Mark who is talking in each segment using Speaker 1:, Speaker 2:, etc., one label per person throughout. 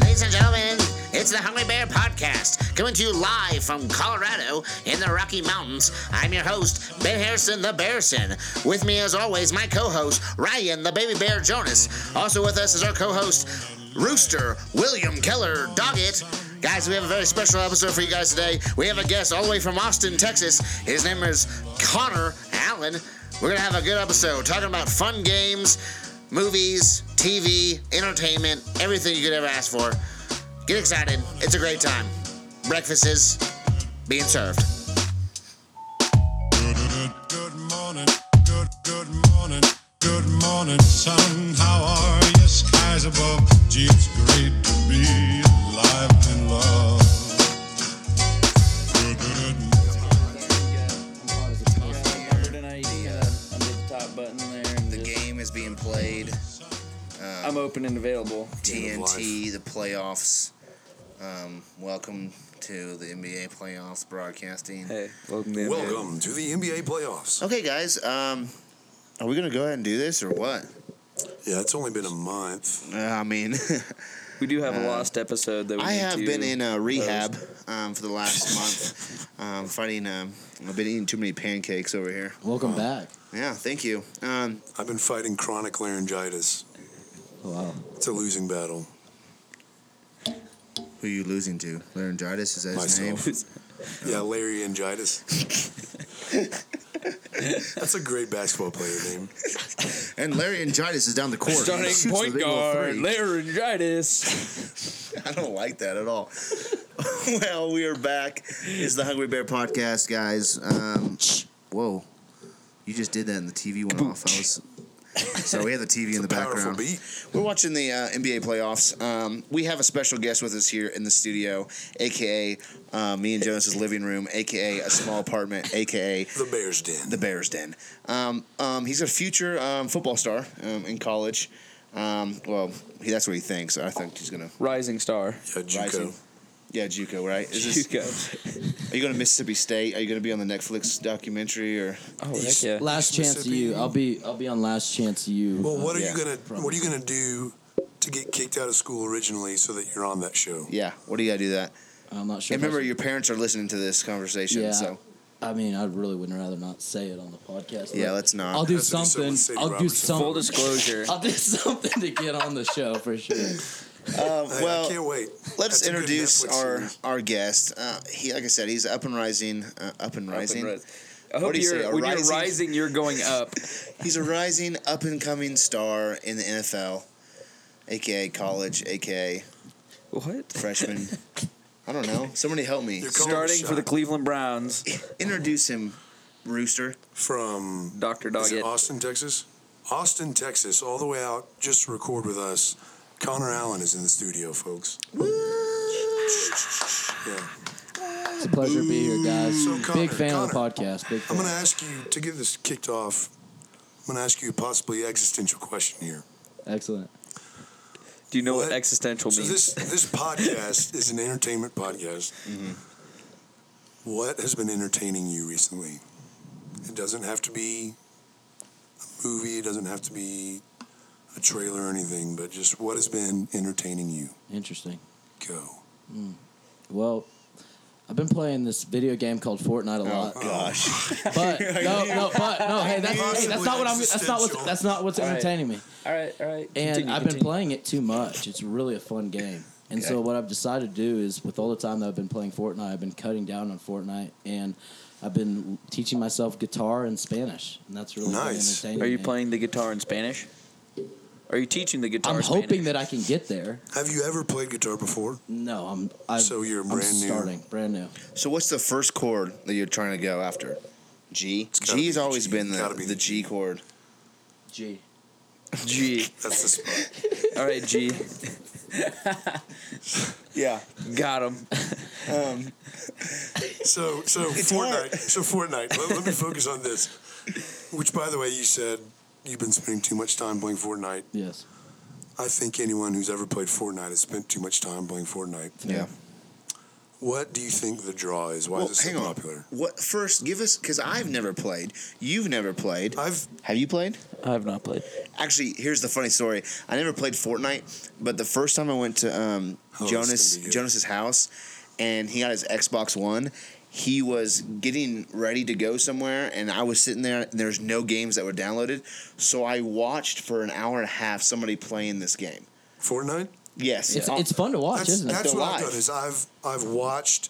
Speaker 1: Ladies and gentlemen, it's the Hungry Bear Podcast, coming to you live from Colorado in the Rocky Mountains. I'm your host, Ben Harrison the Bearson. With me, as always, my co host, Ryan the Baby Bear Jonas. Also with us is our co host, Rooster William Keller Doggett. Guys, we have a very special episode for you guys today. We have a guest all the way from Austin, Texas. His name is Connor Allen. We're going to have a good episode talking about fun games, movies, TV, entertainment, everything you could ever ask for. Get excited. It's a great time. Breakfast is being served.
Speaker 2: Good morning, good, good morning, good morning, sun. How are you, skies above? Gee, it's great to be alive and love. Good, good,
Speaker 3: The game is being played.
Speaker 4: I'm open and available.
Speaker 3: TNT, the playoffs. Um, welcome to the NBA playoffs broadcasting.
Speaker 4: Hey, welcome to
Speaker 5: Welcome to the NBA playoffs.
Speaker 3: Okay, guys. Um, are we gonna go ahead and do this or what?
Speaker 5: Yeah, it's only been a month.
Speaker 3: Uh, I mean,
Speaker 4: We do have a lost episode that we
Speaker 3: Uh, I
Speaker 4: need
Speaker 3: have
Speaker 4: to
Speaker 3: been in uh, rehab um, for the last month, um, fighting. Um, I've been eating too many pancakes over here.
Speaker 6: Welcome back.
Speaker 3: Yeah, thank you. Um,
Speaker 5: I've been fighting chronic laryngitis.
Speaker 6: Wow.
Speaker 5: It's a losing battle.
Speaker 3: who you losing to? Laryngitis is that his name?
Speaker 5: Myself. Yeah, Larry Angitis. That's a great basketball player name.
Speaker 3: And laryngitis is down the court.
Speaker 4: Starting
Speaker 3: Shoots the
Speaker 4: point
Speaker 3: big old
Speaker 4: guard,
Speaker 3: three.
Speaker 4: laryngitis.
Speaker 3: I don't like that at all. well, we are back. It's the Hungry Bear Podcast, guys. Um, whoa, you just did that, and the TV went off. I was so we have the TV in the
Speaker 5: Powerful
Speaker 3: background.
Speaker 5: beat.
Speaker 3: We're watching the uh, NBA playoffs. Um, we have a special guest with us here in the studio, aka uh, me and Jonas' living room, aka a small apartment, aka
Speaker 5: The Bears Den.
Speaker 3: the Bears Den. Um, um, he's a future um, football star um, in college. Um, well, he, that's what he thinks. I think he's gonna
Speaker 4: Rising star.
Speaker 5: yeah, Juco.
Speaker 3: Rising. Yeah, JUCO, right? Is this,
Speaker 4: Juco.
Speaker 3: are you going to Mississippi State? Are you going to be on the Netflix documentary or?
Speaker 4: Oh, heck yeah.
Speaker 6: Last chance
Speaker 5: Mississippi.
Speaker 6: you. I'll be I'll be on last chance you.
Speaker 5: Well, what are
Speaker 3: Yeah.
Speaker 5: you gonna What are you gonna do to get kicked out of school originally so that you're on that show?
Speaker 3: Yeah, what do you got to do that?
Speaker 6: I'm not sure.
Speaker 3: And
Speaker 6: if
Speaker 3: remember,
Speaker 6: I,
Speaker 3: your parents are listening to this conversation,
Speaker 6: Yeah.
Speaker 3: so
Speaker 6: I mean, I really would rather not say it on the podcast. but
Speaker 3: yeah, let's not.
Speaker 6: I'll do
Speaker 5: That's what he said
Speaker 6: something.
Speaker 5: with Sadie
Speaker 6: I'll do
Speaker 5: Robertson.
Speaker 6: something.
Speaker 4: Full disclosure.
Speaker 6: I'll do something to get on the show for sure.
Speaker 3: Uh,
Speaker 5: Hey, I can't
Speaker 3: well,
Speaker 5: wait.
Speaker 3: let's
Speaker 5: That's a good
Speaker 3: introduce
Speaker 5: Netflix
Speaker 3: our
Speaker 5: series.
Speaker 3: our guest. Uh, he, like I said, he's up and rising, uh, up and
Speaker 4: Up and
Speaker 3: rising.
Speaker 4: rise. I hope
Speaker 3: do you
Speaker 4: you're,
Speaker 3: say, a
Speaker 4: when
Speaker 3: rising-
Speaker 4: you're rising, you're going up.
Speaker 3: He's a rising, up and coming star in the NFL, aka college, aka
Speaker 4: what?
Speaker 3: freshman. I don't know. Somebody help me.
Speaker 5: You're calling the
Speaker 4: Starting
Speaker 5: shot
Speaker 4: for the Cleveland Browns,
Speaker 3: Introduce him, Rooster.
Speaker 5: from
Speaker 4: Dr.
Speaker 5: Is
Speaker 4: Doggett.
Speaker 5: it Austin, Texas? Austin, Texas, all the way out just to record with us. Connor Allen is in the studio, folks. Yeah.
Speaker 6: It's a pleasure to be here, guys.
Speaker 5: So, Connor,
Speaker 6: Big fan of the
Speaker 5: Connor,
Speaker 6: podcast. Big
Speaker 5: I'm
Speaker 6: fan.
Speaker 5: going to ask you to get this kicked off. I'm going to ask you a possibly existential question here.
Speaker 6: Excellent.
Speaker 4: Do you know what,
Speaker 5: What?
Speaker 4: existential
Speaker 5: So
Speaker 4: means?
Speaker 5: this this podcast is an entertainment podcast. What has been entertaining you recently? It doesn't have to be a movie. It doesn't have to be a trailer or anything. But just what has been entertaining you?
Speaker 6: Interesting.
Speaker 5: Go.
Speaker 6: Well, I've been playing this video game called Fortnite
Speaker 3: Oh.
Speaker 6: a
Speaker 5: Uh,
Speaker 6: lot.
Speaker 3: Gosh.
Speaker 6: But no, no, but no. Hey, that's, hey, that's not what I'm. That's not
Speaker 5: Possibly
Speaker 6: what's. That's not what's
Speaker 4: existential.
Speaker 6: entertaining me.
Speaker 4: all right, all right.
Speaker 6: and
Speaker 4: Continue,
Speaker 6: I've
Speaker 4: continue.
Speaker 6: been playing it too much. It's really a fun game. And so what I've decided to do is, with all the time that I've been playing Fortnite, I've been cutting down on Fortnite, and I've been teaching myself guitar and Spanish, and that's really been
Speaker 5: Nice.
Speaker 6: entertaining.
Speaker 4: Are you
Speaker 6: me.
Speaker 4: playing the guitar in Spanish? Are you teaching the guitar?
Speaker 6: I'm
Speaker 4: in Spanish?
Speaker 6: hoping that I can get there.
Speaker 5: Have you ever played guitar before?
Speaker 6: No, I'm. i
Speaker 5: So you're brand
Speaker 6: I'm
Speaker 5: new.
Speaker 6: starting brand new.
Speaker 3: So what's the first chord that you're trying to go after? G.
Speaker 5: gotta be
Speaker 3: G's
Speaker 5: the
Speaker 3: always
Speaker 5: G.
Speaker 3: been the,
Speaker 5: Gotta be
Speaker 3: the
Speaker 5: the
Speaker 3: G chord.
Speaker 6: G.
Speaker 4: G.
Speaker 5: That's the spot.
Speaker 4: All right, G.
Speaker 3: Yeah.
Speaker 4: Got him.
Speaker 5: So so Fortnite. So Fortnite. Let, let me focus on this. Which, by the way, you said you've been spending too much time playing Fortnite.
Speaker 6: Yes.
Speaker 5: I think anyone who's ever played Fortnite has spent too much time playing Fortnite.
Speaker 3: Yeah.
Speaker 5: What do you think the draw is? Why
Speaker 3: well,
Speaker 5: is it so
Speaker 3: hang on.
Speaker 5: popular?
Speaker 3: What first? Give us because I've never played. You've never played.
Speaker 5: I've
Speaker 3: Have you played?
Speaker 4: I have not played.
Speaker 3: Actually, here's the funny story. I never played Fortnite, but the first time I went to um,
Speaker 5: Oh, this is
Speaker 3: Jonas
Speaker 5: gonna be good.
Speaker 3: Jonas's house, and he got his Xbox One. He was getting ready to go somewhere, and I was sitting there. and There's no games that were downloaded, so I watched for an hour and a half somebody playing this game.
Speaker 5: Fortnite.
Speaker 3: Yes,
Speaker 6: It's,
Speaker 3: uh,
Speaker 6: it's fun to watch,
Speaker 5: That's,
Speaker 6: isn't it?
Speaker 5: that's
Speaker 3: They're
Speaker 5: what I've
Speaker 3: live.
Speaker 5: done is I've I've watched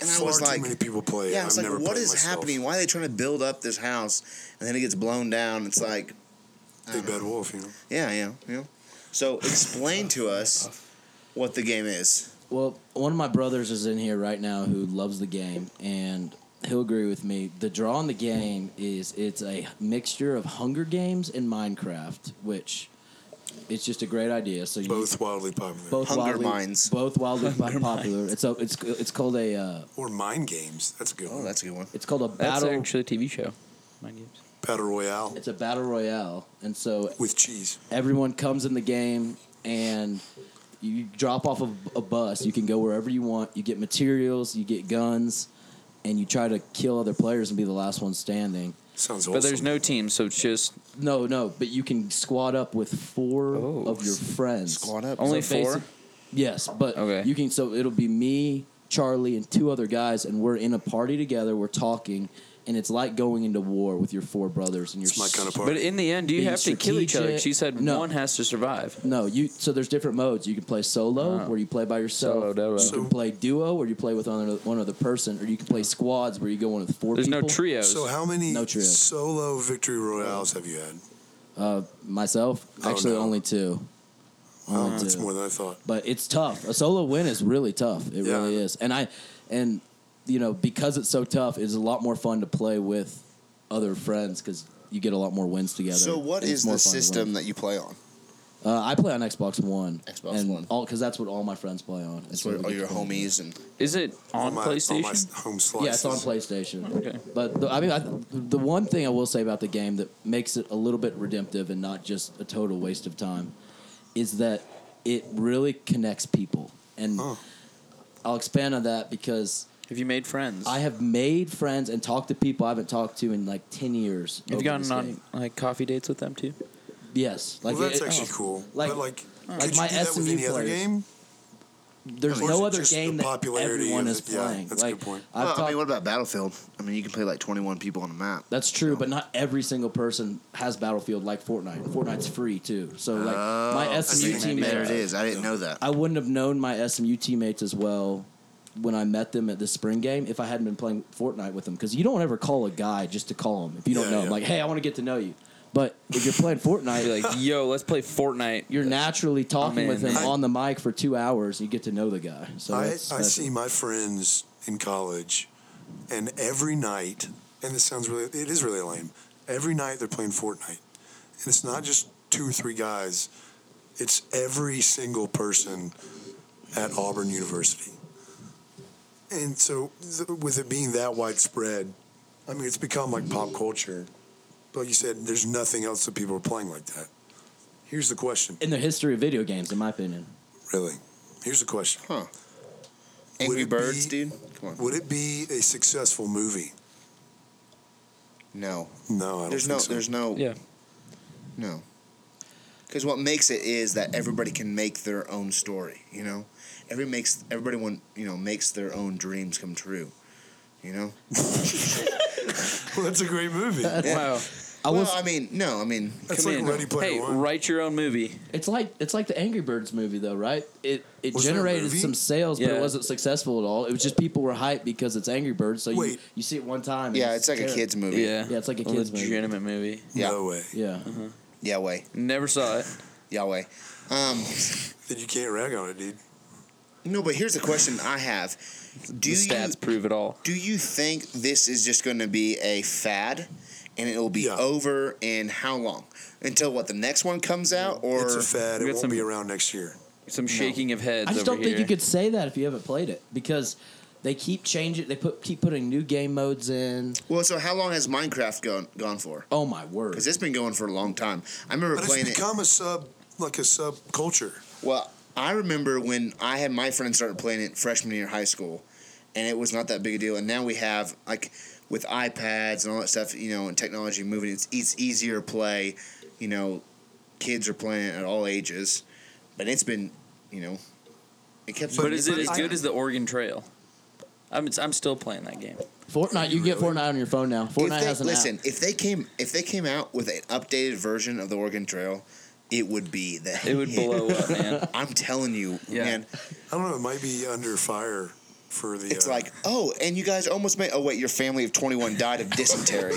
Speaker 3: and I
Speaker 5: far
Speaker 3: was
Speaker 5: too
Speaker 3: like,
Speaker 5: many people play. it.
Speaker 3: yeah, it's
Speaker 5: I've
Speaker 3: like
Speaker 5: never
Speaker 3: what
Speaker 5: played
Speaker 3: is
Speaker 5: myself.
Speaker 3: happening? Why are they trying to build up this house, and then it gets blown down? It's like,
Speaker 5: Big Bad Wolf, you know.
Speaker 3: yeah, yeah, yeah. So explain to us what the game is.
Speaker 6: Well, one of my brothers is in here right now who loves the game, and he'll agree with me. The draw in the game is it's a mixture of Hunger Games and Minecraft, which it's just a great idea. So you
Speaker 5: Both wildly popular.
Speaker 6: both
Speaker 3: Hunger
Speaker 6: wildly,
Speaker 3: Mines.
Speaker 6: both wildly popular. It's a, it's it's called a uh,
Speaker 5: Or Mind Games. That's a good
Speaker 3: Oh,
Speaker 5: one.
Speaker 3: that's a good one.
Speaker 6: it's called a
Speaker 4: That's
Speaker 6: battle.
Speaker 4: actually a TV show. Mind games.
Speaker 5: Battle Royale
Speaker 6: It's a battle royale, and so
Speaker 5: with cheese.
Speaker 6: everyone comes in the game and you drop off of a bus you can go wherever you want you get materials you get guns and you try to kill other players and be the last one standing
Speaker 5: Sounds awesome.
Speaker 4: But there's no team, so it's just
Speaker 6: no no but you can squad up with four
Speaker 4: Oh.
Speaker 6: of your friends
Speaker 3: up.
Speaker 4: only
Speaker 6: So basic-
Speaker 4: four.
Speaker 6: yes but
Speaker 4: Okay.
Speaker 6: you can so it'll be me charlie and two other guys and we're in a party together we're talking and it's like going into war with your four brothers and your
Speaker 5: It's my kind of
Speaker 4: But
Speaker 5: party.
Speaker 4: in the end, do you
Speaker 6: Being
Speaker 4: have to kill each other?
Speaker 6: strategic.
Speaker 4: She said
Speaker 6: No.
Speaker 4: one has to survive.
Speaker 6: No, you. So there's different modes. You can play solo,
Speaker 4: Oh.
Speaker 6: where you play by yourself.
Speaker 4: Solo, duo.
Speaker 6: You
Speaker 5: So-
Speaker 6: can play duo, where you play with one other, one other person, or you can play squads, where you go in with four.
Speaker 4: There's no
Speaker 6: people.
Speaker 4: trios.
Speaker 5: so how many
Speaker 6: No trio.
Speaker 5: solo victory royales have you had?
Speaker 6: Uh, myself,
Speaker 5: Oh,
Speaker 6: actually,
Speaker 5: no.
Speaker 6: only two.
Speaker 5: Oh,
Speaker 6: Only
Speaker 5: that's
Speaker 6: two.
Speaker 5: more than I thought.
Speaker 6: But it's tough. A solo win is really tough. It
Speaker 5: Yeah.
Speaker 6: really is. And I, and you know, because it's so tough, it's a lot more fun to play with other friends because you get a lot more wins together.
Speaker 3: So what
Speaker 6: and it's
Speaker 3: is
Speaker 6: more
Speaker 3: the
Speaker 6: fun to win.
Speaker 3: system that you play on?
Speaker 6: Uh, I play on Xbox One.
Speaker 3: Xbox
Speaker 6: and
Speaker 3: One.
Speaker 6: all because that's what all my friends play on.
Speaker 3: That's where all your homies and
Speaker 4: Is it on
Speaker 5: my,
Speaker 4: PlayStation?
Speaker 5: On my s- home slices.
Speaker 6: Yeah, it's on PlayStation.
Speaker 4: Okay.
Speaker 6: But the, I mean, I, the one thing I will say about the game that makes it a little bit redemptive and not just a total waste of time is that it really connects people, and
Speaker 5: Oh.
Speaker 6: I'll expand on that because
Speaker 4: have you made friends?
Speaker 6: I have made friends and talked to people I haven't talked to in like ten years.
Speaker 4: Have
Speaker 6: over
Speaker 4: you gotten
Speaker 6: this
Speaker 4: on
Speaker 6: game.
Speaker 4: like coffee dates with them too?
Speaker 6: Yes, like
Speaker 5: Well, that's
Speaker 6: it- oh.
Speaker 5: actually cool.
Speaker 6: like-
Speaker 5: but like,
Speaker 6: like
Speaker 5: could
Speaker 6: my
Speaker 5: you do that with
Speaker 6: SMU
Speaker 5: any other
Speaker 6: players.
Speaker 5: game?
Speaker 6: There's
Speaker 5: Or is
Speaker 6: no
Speaker 5: it
Speaker 6: other
Speaker 5: just the
Speaker 6: game that
Speaker 5: popularity
Speaker 6: everyone
Speaker 5: of
Speaker 6: is
Speaker 5: it? Yeah,
Speaker 6: playing.
Speaker 5: that's a
Speaker 6: like,
Speaker 5: good point.
Speaker 6: I've
Speaker 3: well, I
Speaker 6: talked-
Speaker 3: mean, what about Battlefield? I mean, you can play like 21 people on a map.
Speaker 6: That's true, but not every single person has Battlefield like Fortnite. Fortnite's free too, so like
Speaker 3: Oh,
Speaker 6: my
Speaker 5: Oh, see.
Speaker 6: SMU team
Speaker 3: There it is. I didn't know that.
Speaker 6: I wouldn't have known my SMU teammates as well when I met them at the spring game if I hadn't been playing Fortnite with them. Because you don't ever call a guy just to call him if you don't
Speaker 5: Yeah,
Speaker 6: know him.
Speaker 5: yeah.
Speaker 6: Like, hey, I want to get to know you. But if you're playing Fortnite,
Speaker 4: Be
Speaker 6: like
Speaker 4: like, yo, let's play Fortnite.
Speaker 6: you're naturally talking
Speaker 4: in.
Speaker 6: with him
Speaker 5: I-
Speaker 6: on the mic for two hours, you get to know the guy. So
Speaker 5: I,
Speaker 6: that's,
Speaker 5: I
Speaker 6: that's-
Speaker 5: see my friends in college, and every night, and this sounds really, it is really lame. Every night they're playing Fortnite, and it's not just two or three guys; it's every single person at Auburn University. And so, th- with it being that widespread, I mean, it's become like pop culture. But you said there's nothing else that people are playing like that. Here's the question,
Speaker 6: in the history of video games, in my opinion.
Speaker 5: really. Here's the question.
Speaker 3: Huh.
Speaker 5: Would
Speaker 3: Angry
Speaker 5: it
Speaker 3: Birds,
Speaker 5: be-
Speaker 3: dude? Come on.
Speaker 5: Would it be a successful movie?
Speaker 3: No.
Speaker 5: No, I don't
Speaker 3: There's
Speaker 5: think
Speaker 3: no,
Speaker 5: so.
Speaker 3: there's no,
Speaker 4: Yeah.
Speaker 3: no. Because what makes it is that everybody can make their own story, you know? Every makes, everybody, want, you know, makes their own dreams come true, you know?
Speaker 5: well, that's a great movie.
Speaker 3: Uh,
Speaker 4: Wow.
Speaker 6: I
Speaker 3: well,
Speaker 6: was,
Speaker 3: I mean, no, I mean,
Speaker 5: That's
Speaker 4: Come
Speaker 5: like
Speaker 4: in.
Speaker 5: Ready Player
Speaker 4: hey,
Speaker 5: One.
Speaker 4: write your own movie.
Speaker 6: it's like it's like the Angry Birds movie though, right? It it
Speaker 5: Was there a
Speaker 6: generated
Speaker 5: movie?
Speaker 6: some sales, but
Speaker 4: Yeah.
Speaker 6: it wasn't successful at all. It was just people were hyped because it's Angry Birds, so you
Speaker 5: Wait.
Speaker 6: you see it one time. and
Speaker 3: yeah, it's like a
Speaker 6: terrible.
Speaker 3: kid's movie.
Speaker 4: Yeah.
Speaker 6: Yeah, it's like a kid's movie.
Speaker 4: legitimate movie.
Speaker 3: Yeah.
Speaker 5: No way.
Speaker 6: Yeah.
Speaker 3: Uh-huh. Yahweh.
Speaker 4: Never saw it.
Speaker 3: Yahweh. Um,
Speaker 5: That you can't rag on it, dude.
Speaker 3: no, but here's a question I have. Do
Speaker 4: the
Speaker 3: you
Speaker 4: stats prove it all.
Speaker 3: Do you think this is just going to be a fad, and it'll be
Speaker 5: Yeah.
Speaker 3: over in how long? Until what the next one comes out, or
Speaker 5: it's a fad. It
Speaker 4: We got
Speaker 5: won't
Speaker 4: some-
Speaker 5: be around next year.
Speaker 4: Some shaking of heads.
Speaker 6: I just
Speaker 4: over
Speaker 6: don't think
Speaker 4: here.
Speaker 6: you could say that if you haven't played it because they keep changing. They put keep putting new game modes in.
Speaker 3: well, so how long has Minecraft gone gone for?
Speaker 6: Oh my word!
Speaker 3: Because it's been going for a long time. I remember
Speaker 5: But
Speaker 3: playing
Speaker 5: it's become a sub, like a subculture.
Speaker 3: it. Well, I remember when I had my friends started playing it freshman year of high school, and it was not that big a deal. And now we have like with iPads and all that stuff, you know, and technology moving, it's it's easier to play. You know, kids are playing it at all ages, but it's been, you know, it kept.
Speaker 4: But is it as
Speaker 3: I-
Speaker 4: good as the Oregon Trail? I'm I'm still playing that game.
Speaker 6: Fortnite, you get Fortnite on your phone now.
Speaker 3: If
Speaker 6: Fortnite
Speaker 3: they,
Speaker 6: has an
Speaker 3: listen,
Speaker 6: app.
Speaker 3: if they came if they came out with an updated version of the Oregon Trail, it would be the
Speaker 4: It would
Speaker 3: hit.
Speaker 4: blow up, man.
Speaker 3: I'm telling you,
Speaker 4: Yeah.
Speaker 3: man.
Speaker 5: I don't know. It might be under fire for the.
Speaker 3: It's
Speaker 5: uh,
Speaker 3: like, oh, and you guys almost made. Oh wait, your family of twenty one died of dysentery.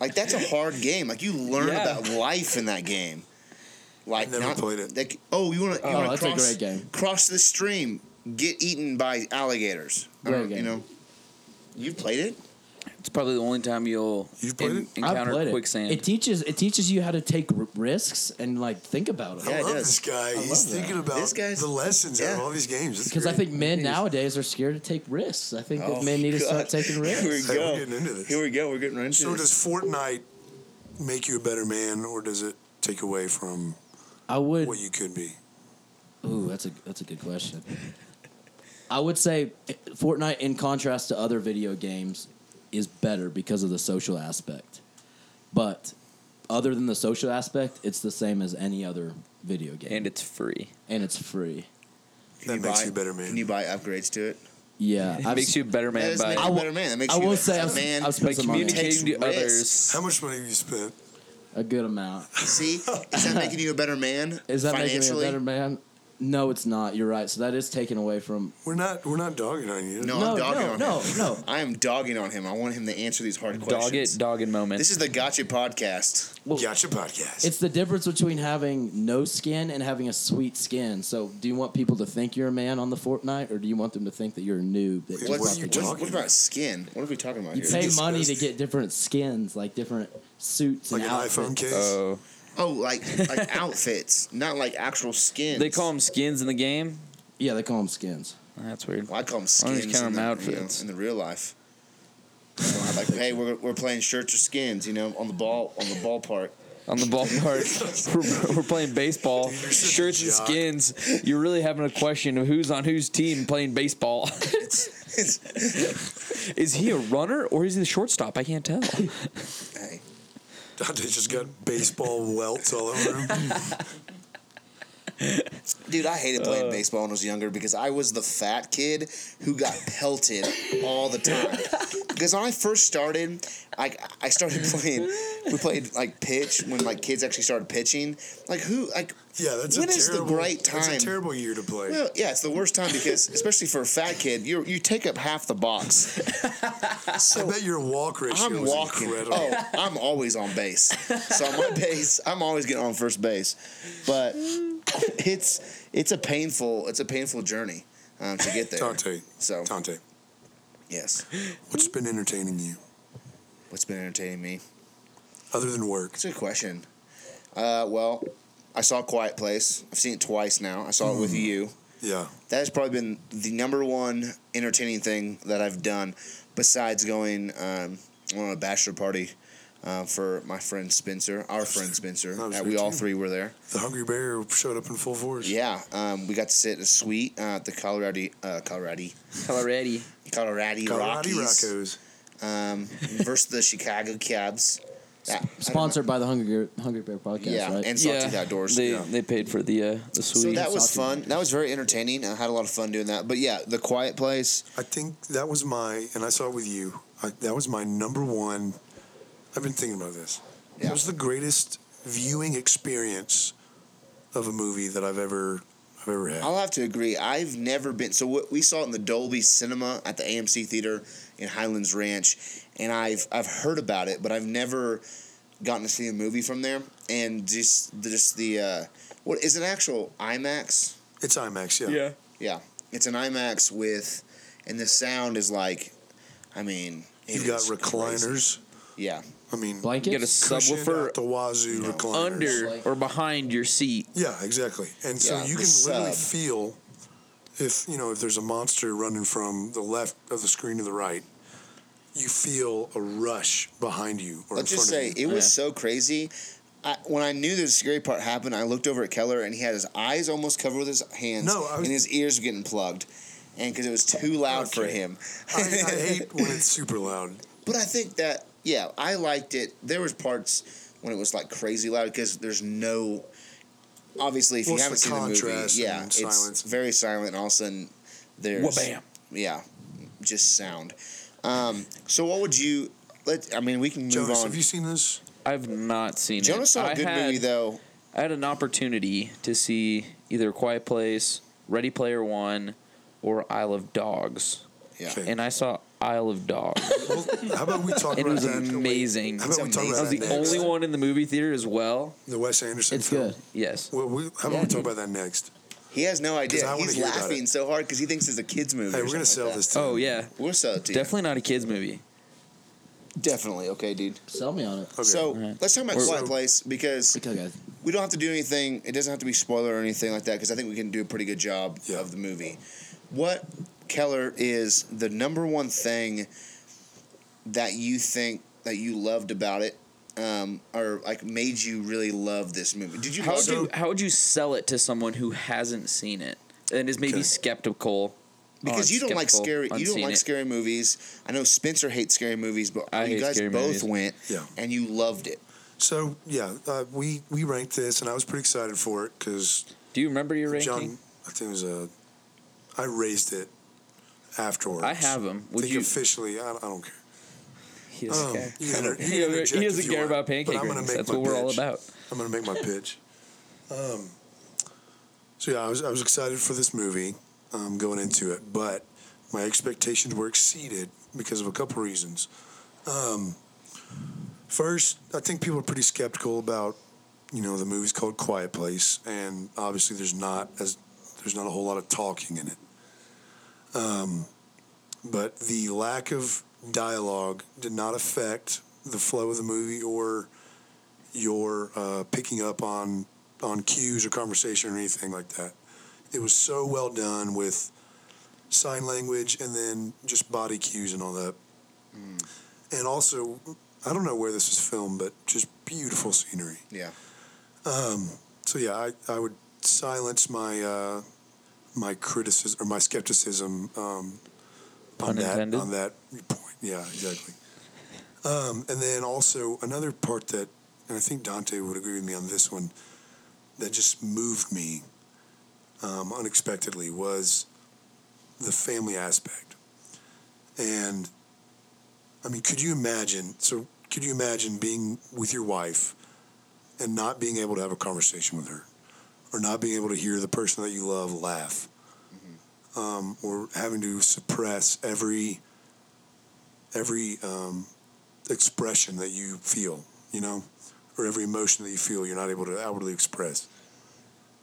Speaker 3: like that's a hard game. Like you learn
Speaker 4: Yeah.
Speaker 3: about life in that game. Like
Speaker 5: Never
Speaker 3: not,
Speaker 5: played it.
Speaker 3: Like, oh, you want to?
Speaker 6: Oh,
Speaker 3: wanna
Speaker 6: that's a
Speaker 3: cross,
Speaker 6: great game.
Speaker 3: Cross the stream, get eaten by alligators. I
Speaker 6: Great
Speaker 3: don't- You
Speaker 6: game.
Speaker 3: know, you've played it.
Speaker 4: It's probably the only time you'll
Speaker 5: You've played it?
Speaker 6: I've
Speaker 4: encounter
Speaker 6: played it.
Speaker 4: quicksand.
Speaker 6: It teaches it teaches you how to take r- risks and like think about it.
Speaker 5: I
Speaker 3: Yeah, it
Speaker 5: love
Speaker 3: does.
Speaker 5: this guy. He's
Speaker 6: love that.
Speaker 5: thinking about
Speaker 3: This guy's-
Speaker 5: the lessons out of
Speaker 3: yeah.
Speaker 5: all these games. It's
Speaker 6: Because I
Speaker 5: great.
Speaker 6: think men nowadays are scared to take risks. I think
Speaker 3: Oh,
Speaker 6: that men need to
Speaker 3: God.
Speaker 6: start
Speaker 3: Here
Speaker 6: taking
Speaker 3: we
Speaker 6: risks.
Speaker 5: Hey, we're
Speaker 3: go.
Speaker 5: getting into this.
Speaker 3: Here we go. We're getting right into
Speaker 5: So
Speaker 3: this.
Speaker 5: does Fortnite make you a better man, or does it take away from
Speaker 6: I would.
Speaker 5: what you could be?
Speaker 6: Ooh, that's a that's a good question. I would say Fortnite, in contrast to other video games, is better because of the social aspect. But other than the social aspect, it's the same as any other video game,
Speaker 4: and it's free.
Speaker 6: and it's free.
Speaker 3: Can
Speaker 5: that
Speaker 3: you
Speaker 5: makes
Speaker 3: buy-
Speaker 5: you a better
Speaker 3: Can
Speaker 5: man.
Speaker 3: you buy upgrades to it?
Speaker 6: Yeah,
Speaker 4: It makes you a better
Speaker 3: That
Speaker 4: man
Speaker 3: doesn't
Speaker 4: by,
Speaker 3: make
Speaker 6: I
Speaker 3: you a
Speaker 6: will-
Speaker 3: better man. That makes
Speaker 6: I
Speaker 3: you
Speaker 6: will
Speaker 3: a
Speaker 6: say
Speaker 3: better
Speaker 6: I've,
Speaker 3: man.
Speaker 6: I've
Speaker 4: by
Speaker 6: spent some money,
Speaker 3: communicate-
Speaker 4: communicating to
Speaker 3: Takes risks.
Speaker 4: others.
Speaker 5: How much money have you spent?
Speaker 6: a good amount.
Speaker 3: See, is that making you a better man?
Speaker 6: Is that making me a
Speaker 3: financially?
Speaker 6: better man? No, it's not. You're right. So that is taken away from.
Speaker 5: We're not. We're not dogging on you.
Speaker 3: No,
Speaker 6: No,
Speaker 3: Oh, I'm dogging
Speaker 6: no,
Speaker 3: on
Speaker 6: no,
Speaker 3: him.
Speaker 6: no.
Speaker 3: I am dogging on him. I want him to answer these hard
Speaker 4: Dog
Speaker 3: questions.
Speaker 4: it, dogged moment.
Speaker 3: This is the Gotcha podcast.
Speaker 6: Well,
Speaker 5: Gotcha podcast.
Speaker 6: It's the difference between having no skin and having a sweet skin. So, do you want people to think you're a man on the Fortnite, or do you want them to think that you're a noob? That
Speaker 5: Wait,
Speaker 6: just
Speaker 5: what
Speaker 3: What's-
Speaker 5: are you
Speaker 6: bought the
Speaker 3: what's-
Speaker 6: game?
Speaker 5: talking
Speaker 3: What about skin? What are we talking about
Speaker 6: You
Speaker 3: here?
Speaker 6: pay
Speaker 5: Disgusting.
Speaker 6: money to get different skins, like different suits
Speaker 5: like
Speaker 6: and
Speaker 5: an
Speaker 6: outfits.
Speaker 5: iPhone case.
Speaker 4: oh,
Speaker 3: oh, like like outfits, not like actual skins.
Speaker 4: they call them skins in the game.
Speaker 6: Yeah, they call them skins.
Speaker 4: That's weird.
Speaker 3: Well, I call them
Speaker 4: I always
Speaker 3: skins.
Speaker 4: count 'em
Speaker 3: in the,
Speaker 4: outfits.
Speaker 3: You know, in the real life. like, hey, we're, we're playing shirts or skins, you know, on the ball on the ballpark.
Speaker 4: On the ballpark, we're, we're playing baseball,
Speaker 5: Dude, you're such a
Speaker 4: shirts and
Speaker 5: jock.
Speaker 4: skins. You're really having a question of who's on whose team playing baseball. is he a runner or is he the shortstop? I can't tell.
Speaker 3: Hey,
Speaker 5: Dante just got baseball welts all over him.
Speaker 3: dude, I hated playing baseball when I was younger because I was the fat kid who got pelted all the time. Because when I first started, I I started playing. We played like pitch when like kids actually started pitching. Like who like
Speaker 5: Yeah, that's
Speaker 3: When
Speaker 5: a
Speaker 3: is the
Speaker 5: terrible.
Speaker 3: right time?
Speaker 5: That's a terrible year to play.
Speaker 3: Well, yeah, it's the worst time because, especially for a fat kid, you you take up half the box.
Speaker 5: I
Speaker 3: So
Speaker 5: bet your walk ratio
Speaker 3: I'm
Speaker 5: is
Speaker 3: walking.
Speaker 5: incredible.
Speaker 3: Oh, I'm always on base. So on my base, I'm always getting on first base. But it's it's a painful it's a painful journey um, to get there.
Speaker 5: Dante,
Speaker 3: So
Speaker 5: Dante,
Speaker 3: yes,
Speaker 5: what's been entertaining you
Speaker 3: what's been entertaining me?
Speaker 5: other than work?
Speaker 3: It's a good question. Uh, well, I saw Quiet Place. I've seen it twice now. I saw it
Speaker 5: Mm.
Speaker 3: with you.
Speaker 5: Yeah,
Speaker 3: That has probably been the number one entertaining thing that I've done, besides going um, on a bachelor party uh, for my friend Spencer, our friend Spencer.
Speaker 5: I was
Speaker 3: Uh,
Speaker 5: there
Speaker 3: we all
Speaker 5: too.
Speaker 3: three were there.
Speaker 5: the Hungry Bear showed up in full force.
Speaker 3: Yeah, um, we got to sit in a suite uh, at the Colorado, uh, Colorado,
Speaker 4: Already.
Speaker 3: Colorado
Speaker 5: Colorado
Speaker 3: Rockies
Speaker 5: Rocco's.
Speaker 3: um, versus the Chicago Cubs. That- I don't know.
Speaker 6: Sponsored by the Hungry Hungry Bear podcast,
Speaker 3: Yeah,
Speaker 6: right?
Speaker 3: and
Speaker 4: Yeah,
Speaker 3: Sawtooth Outdoors.
Speaker 4: They
Speaker 3: yeah.
Speaker 4: they paid for the uh, the
Speaker 3: So
Speaker 4: suite.
Speaker 3: that was
Speaker 6: Sawtooth
Speaker 3: fun. That was very entertaining. I had a lot of fun doing that. But yeah, the Quiet Place.
Speaker 5: I think that was my, and I saw it with you. I, that was my number one. I've been thinking about this. It
Speaker 3: Yeah.
Speaker 5: was the greatest viewing experience of a movie that I've ever, I've ever had.
Speaker 3: I'll have to agree. I've never been. So what we saw it in the Dolby Cinema at the AMC Theater in Highlands Ranch, and I've I've heard about it, but I've never gotten to see a movie from there. And just the- just the uh, what is an actual IMAX?
Speaker 5: It's IMAX, yeah.
Speaker 3: Yeah, it's an IMAX with, and the sound is like, I mean, it
Speaker 5: You've got
Speaker 3: is crazy.
Speaker 5: recliners.
Speaker 3: Yeah,
Speaker 5: I mean,
Speaker 6: Blankets.
Speaker 4: Get a
Speaker 5: cushioned
Speaker 4: subwoofer
Speaker 5: out the wazoo recliners.
Speaker 4: under or behind your seat.
Speaker 5: Yeah, exactly. And so
Speaker 3: Yeah,
Speaker 5: you
Speaker 3: the
Speaker 5: can literally
Speaker 3: sub.
Speaker 5: feel if you know if there's a monster running from the left of the screen to the right, you feel a rush behind you or
Speaker 3: let's
Speaker 5: in
Speaker 3: just
Speaker 5: front
Speaker 3: say
Speaker 5: of you.
Speaker 3: it was so crazy. I, when I knew the scary part happened, I looked over at Keller and he had his eyes almost covered with his hands
Speaker 5: No, I
Speaker 3: and
Speaker 5: was-
Speaker 3: his ears were getting plugged. and because it was too loud for
Speaker 5: Okay.
Speaker 3: him.
Speaker 5: I, I hate when it's super loud.
Speaker 3: But I think that yeah, I liked it. There was parts when it was like crazy loud because there's no. Obviously, if you
Speaker 5: Well, it's
Speaker 3: haven't
Speaker 5: the
Speaker 3: seen the
Speaker 5: contrast
Speaker 3: movie, yeah,
Speaker 5: and
Speaker 3: it's
Speaker 5: silence.
Speaker 3: very silent, and all of a sudden there's
Speaker 4: Wha-bam.
Speaker 3: yeah, just sound. Um, so what would you? Let I mean, we can move
Speaker 5: Jonas,
Speaker 3: on.
Speaker 5: have you seen this?
Speaker 7: I've not seen
Speaker 3: Jonas
Speaker 7: it.
Speaker 3: saw a
Speaker 7: I
Speaker 3: good
Speaker 7: had,
Speaker 3: movie though.
Speaker 7: I had an opportunity to see either Quiet Place, Ready Player One, or Isle of Dogs,
Speaker 3: Yeah.
Speaker 5: Okay.
Speaker 7: and I saw Isle of Dogs,
Speaker 5: Well, how about we talk
Speaker 7: and it
Speaker 5: about
Speaker 7: was
Speaker 5: that?
Speaker 7: amazing.
Speaker 5: How about we talk
Speaker 7: I
Speaker 5: about
Speaker 7: was
Speaker 5: that
Speaker 7: the
Speaker 5: next?
Speaker 7: only one in the movie theater as well.
Speaker 5: The Wes Anderson
Speaker 6: It's
Speaker 5: film.
Speaker 6: good.
Speaker 7: Yes.
Speaker 5: Well, we, how about
Speaker 7: Yeah,
Speaker 5: we talk
Speaker 7: dude.
Speaker 5: about that next?
Speaker 3: He has no idea.
Speaker 5: I wanna
Speaker 3: He's
Speaker 5: hear about
Speaker 3: laughing so hard because he thinks it's a kids movie.
Speaker 5: Hey,
Speaker 3: or
Speaker 5: we're gonna
Speaker 3: something like
Speaker 5: sell this. To
Speaker 7: Oh yeah,
Speaker 3: that. We'll sell it to
Speaker 7: definitely not a kids movie.
Speaker 3: you. Definitely. Okay, dude.
Speaker 6: Sell me on it.
Speaker 5: Okay.
Speaker 3: So
Speaker 7: Alright.
Speaker 3: let's talk about
Speaker 5: We're-
Speaker 3: Quiet Place because
Speaker 6: Okay, guys.
Speaker 3: we don't have to do anything. It doesn't have to be spoiler or anything like that because I think we can do a pretty good job
Speaker 5: Yeah.
Speaker 3: of the movie. What Keller is the number one thing that you think that you loved about it, um, or like made you really love this movie? Did you?
Speaker 7: How would
Speaker 3: love
Speaker 7: you
Speaker 3: it?
Speaker 7: how would you sell it to someone who hasn't seen it and is maybe
Speaker 5: Okay.
Speaker 7: skeptical?
Speaker 3: Because
Speaker 7: Oh,
Speaker 3: you don't like
Speaker 7: skeptical
Speaker 3: scary.
Speaker 7: on
Speaker 3: You don't
Speaker 7: seeing
Speaker 3: like
Speaker 7: it.
Speaker 3: scary movies. I know Spencer hates scary movies, but
Speaker 7: I
Speaker 3: you
Speaker 7: hate
Speaker 3: guys
Speaker 7: scary
Speaker 3: both
Speaker 7: movies.
Speaker 3: went
Speaker 5: Yeah.
Speaker 3: and you loved it.
Speaker 5: So yeah, uh, we we ranked this, and I was pretty excited for it because
Speaker 7: Do you remember your ranking?
Speaker 5: John, I think it was a, I raised it afterwards.
Speaker 7: I have him.
Speaker 5: I
Speaker 7: Would
Speaker 5: think
Speaker 7: you?
Speaker 5: officially, I, I don't care.
Speaker 7: He doesn't
Speaker 5: Oh,
Speaker 7: care.
Speaker 5: you can- you
Speaker 7: He
Speaker 5: can
Speaker 7: doesn't,
Speaker 5: object
Speaker 7: he
Speaker 5: if
Speaker 7: doesn't
Speaker 5: you
Speaker 7: care
Speaker 5: want,
Speaker 7: about
Speaker 5: but
Speaker 7: pancake
Speaker 5: I'm gonna
Speaker 7: rings.
Speaker 5: make
Speaker 7: That's
Speaker 5: my
Speaker 7: what we're all
Speaker 5: pitch.
Speaker 7: about.
Speaker 5: I'm gonna make my pitch. Um, so yeah, I was I was excited for this movie um, going into it, but my expectations were exceeded because of a couple reasons. Um, first, I think people are pretty skeptical about you know the movie's called Quiet Place, and obviously there's not as there's not a whole lot of talking in it. Um, but the lack of dialogue did not affect the flow of the movie or your uh, picking up on on cues or conversation or anything like that. It was so well done with sign language and then just body cues and all that. And also, I don't know where this was filmed, but just beautiful scenery.
Speaker 3: Yeah.
Speaker 5: Um, so yeah, I, I would silence my uh, my criticism or my skepticism um, on that
Speaker 7: Unintended?
Speaker 5: on that point. Yeah, exactly. Um, and then also another part that, and I think Dante would agree with me on this one, that just moved me um, unexpectedly was the family aspect. And I mean, could you imagine? So, could you imagine being with your wife and not being able to have a conversation with her, or not being able to hear the person that you love laugh, um, or having to suppress every every um, expression that you feel, you know, or every emotion that you feel you're not able to outwardly express,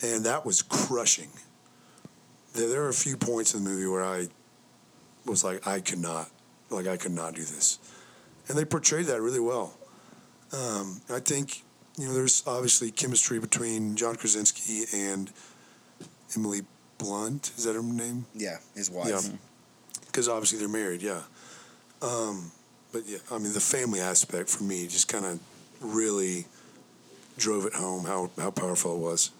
Speaker 5: and that was crushing. There, there are a few points in the movie where I was like, I could not, like, I could not do this, and they portrayed that really well. Um, I think you know, there's obviously chemistry between John Krasinski and Emily Blunt. Is that her name?
Speaker 3: Yeah. His wife.
Speaker 5: Yeah. Because obviously they're married, yeah. Um, but yeah, I mean, the family aspect for me just kind of really drove it home how, how powerful it was.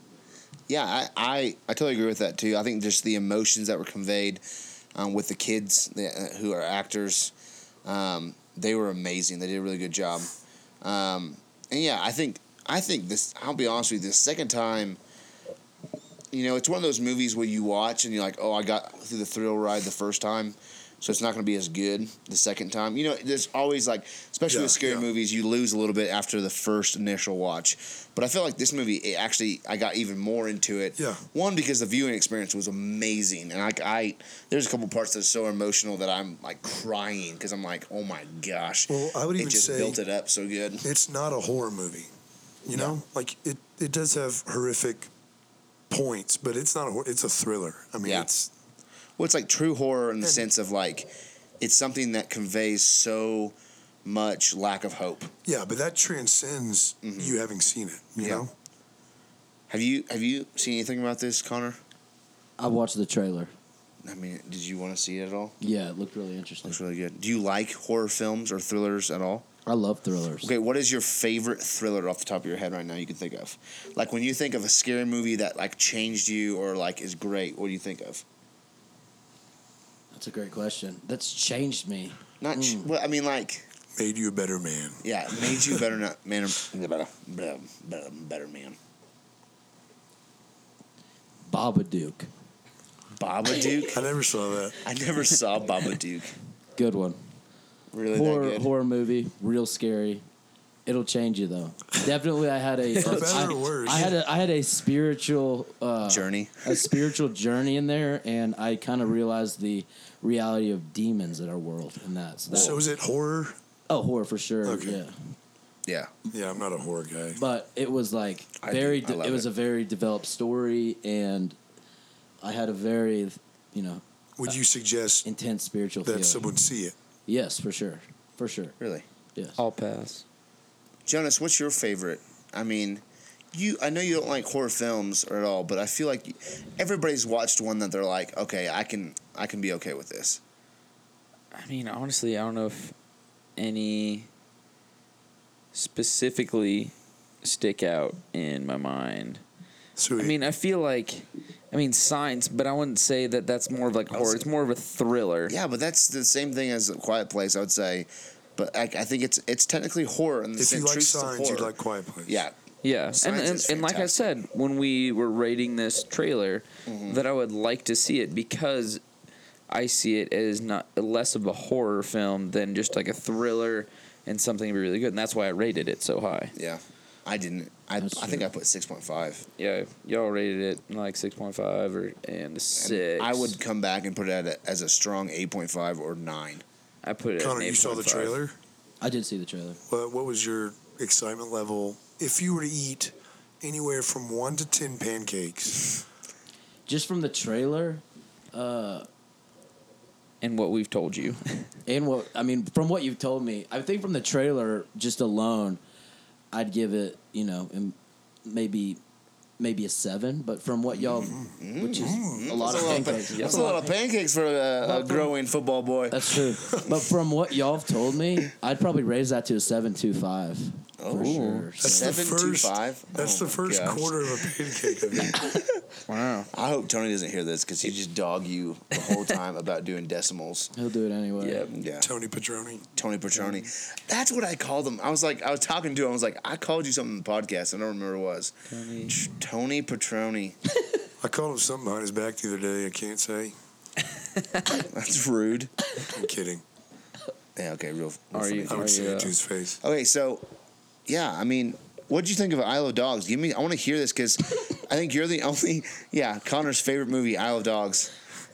Speaker 3: Yeah, I, I, I totally agree with that too. I think just the emotions that were conveyed um, with the kids that, uh, who are actors, um, they were amazing. They did a really good job. Um, and yeah, I think I think this. I'll be honest with you. The second time, you know, it's one of those movies where you watch and you're like, oh, I got through the thrill ride the first time. So it's not going to be as good the second time. You know, there's always like, especially
Speaker 5: Yeah,
Speaker 3: with scary
Speaker 5: yeah.
Speaker 3: movies, you lose a little bit after the first initial watch. But I feel like this movie, it actually, I got even more into it.
Speaker 5: Yeah.
Speaker 3: One because the viewing experience was amazing, and I, I there's a couple parts that's so emotional that I'm like crying because I'm like, oh my gosh,
Speaker 5: Well, I would
Speaker 3: it
Speaker 5: even
Speaker 3: just
Speaker 5: say
Speaker 3: built it up so good.
Speaker 5: it's not a horror movie. You know, like it, it does have horrific points, but it's not a hor- it's a thriller. I mean,
Speaker 3: Yeah.
Speaker 5: it's
Speaker 3: Well, it's like true horror in the
Speaker 5: And-
Speaker 3: sense of like, it's something that conveys so much lack of hope.
Speaker 5: yeah, but that transcends
Speaker 3: Mhm.
Speaker 5: you having seen it. You
Speaker 3: Yeah.
Speaker 5: know,
Speaker 3: Have you have you seen anything about this, Connor?
Speaker 6: I watched the trailer.
Speaker 3: I mean, did you want to see it at all?
Speaker 6: Yeah, it looked really interesting.
Speaker 3: Looks really good. Do you like horror films or thrillers at all?
Speaker 6: I love thrillers.
Speaker 3: Okay, what is your favorite thriller off the top of your head right now you can think of? Like when you think of a scary movie that like changed you or like is great, what do you think of?
Speaker 6: That's a great question. That's changed me.
Speaker 3: Not ch-
Speaker 6: Hmm.
Speaker 3: well. I mean, like,
Speaker 5: Made you a better man.
Speaker 3: yeah, it made you better not man, better, better, better man.
Speaker 6: Babadook.
Speaker 3: Babadook.
Speaker 5: I never saw that.
Speaker 3: I never saw Babadook.
Speaker 6: Good one.
Speaker 3: Really
Speaker 6: horror
Speaker 3: that good?
Speaker 6: horror movie, real scary. It'll change you though. Definitely, I had a
Speaker 5: For better or worse.
Speaker 6: I had a I had a spiritual uh,
Speaker 3: Journey.
Speaker 6: a spiritual journey in there, and I kind of realized the reality of demons in our world, and that's that.
Speaker 5: So is it horror?
Speaker 6: oh horror for sure,
Speaker 5: Okay.
Speaker 6: yeah.
Speaker 3: Yeah.
Speaker 5: Yeah, I'm not a horror guy.
Speaker 6: But it was like
Speaker 3: I
Speaker 6: very.
Speaker 3: do- I
Speaker 6: de-
Speaker 3: love
Speaker 6: it was
Speaker 3: it.
Speaker 6: a very developed story, and I had a very you know
Speaker 5: Would you suggest
Speaker 6: intense spiritual
Speaker 5: that
Speaker 6: feeling.
Speaker 5: someone see it?
Speaker 6: yes, for sure, for sure.
Speaker 3: Really.
Speaker 6: Yes.
Speaker 3: Oh.
Speaker 7: I'll pass.
Speaker 3: Jonas, what's your favorite? I mean, you. I know you don't like horror films or at all, but I feel like everybody's watched one that they're like, okay, I can, I can be okay with this.
Speaker 7: I mean, honestly, I don't know if any specifically stick out in my mind.
Speaker 5: So
Speaker 7: I mean, I feel like, I mean, science, but I wouldn't say that that's more of like horror. It's more of a thriller.
Speaker 3: Yeah, but that's the same thing as a Quiet Place, I would say. But I, I think it's it's technically horror. And
Speaker 5: if you like signs, you'd like Quiet Place.
Speaker 3: Yeah,
Speaker 7: Yeah, and
Speaker 3: Science
Speaker 7: and,
Speaker 3: is
Speaker 7: and like I
Speaker 3: fantastic. Mm-hmm.
Speaker 7: said when we were rating this trailer, that I would like to see it because I see it as not less of a horror film than just like a thriller and something really good, and that's why I rated it so high.
Speaker 3: yeah. I didn't. I, I
Speaker 6: That's
Speaker 3: think
Speaker 6: true.
Speaker 3: I put six point five.
Speaker 7: Yeah, y'all rated it like six point five or and a six.
Speaker 3: I would come back and put it at a, as a strong eight point five or nine.
Speaker 7: I put it. at
Speaker 5: Connor,
Speaker 7: an
Speaker 5: you saw the
Speaker 7: 8.5.
Speaker 5: trailer.
Speaker 6: I did see the trailer.
Speaker 5: What, what was your excitement level? If you were to eat anywhere from one to ten pancakes,
Speaker 6: Just from the trailer,
Speaker 7: and what we've told you.
Speaker 6: And what I mean, from what you've told me, I think from the trailer just alone, I'd give it, you know, and maybe maybe a seven. But from what y'all, which is a lot of pancakes,
Speaker 3: Mm-hmm. That's a lot of pancakes for a, a
Speaker 6: Well,
Speaker 3: growing football boy.
Speaker 6: that's true. But from what y'all have told me, I'd probably raise that to a seven two five for
Speaker 3: Ooh.
Speaker 6: sure.
Speaker 5: that's
Speaker 6: So,
Speaker 5: the
Speaker 3: Oh, Seven two
Speaker 5: first.
Speaker 3: five.
Speaker 5: That's
Speaker 3: Oh
Speaker 5: the
Speaker 3: my
Speaker 5: first
Speaker 3: gosh.
Speaker 5: quarter of a pancake. I've eaten.
Speaker 7: wow.
Speaker 3: I hope Tony doesn't hear this because he just dog you the whole time about doing decimals.
Speaker 6: he'll do it anyway.
Speaker 7: Yeah.
Speaker 3: Yeah,
Speaker 5: Tony Petroni.
Speaker 3: Tony Petroni. That's what I called him. I was like, I was talking to him. I was like, I called you something in the podcast. I don't remember what it was.
Speaker 7: Tony.
Speaker 3: Tr- Tony Petroni.
Speaker 5: I called him something behind his back the other day. I can't say.
Speaker 3: That's rude.
Speaker 5: I'm kidding.
Speaker 3: Yeah. Okay. Real. real
Speaker 7: Are
Speaker 3: funny.
Speaker 7: you-
Speaker 5: I would say
Speaker 7: yeah.
Speaker 5: it to his face.
Speaker 3: Okay. So, yeah. I mean, what would you think of Isle of Dogs? Give me. I want to hear this because I think you're the only. Yeah. Connor's favorite movie, Isle of Dogs.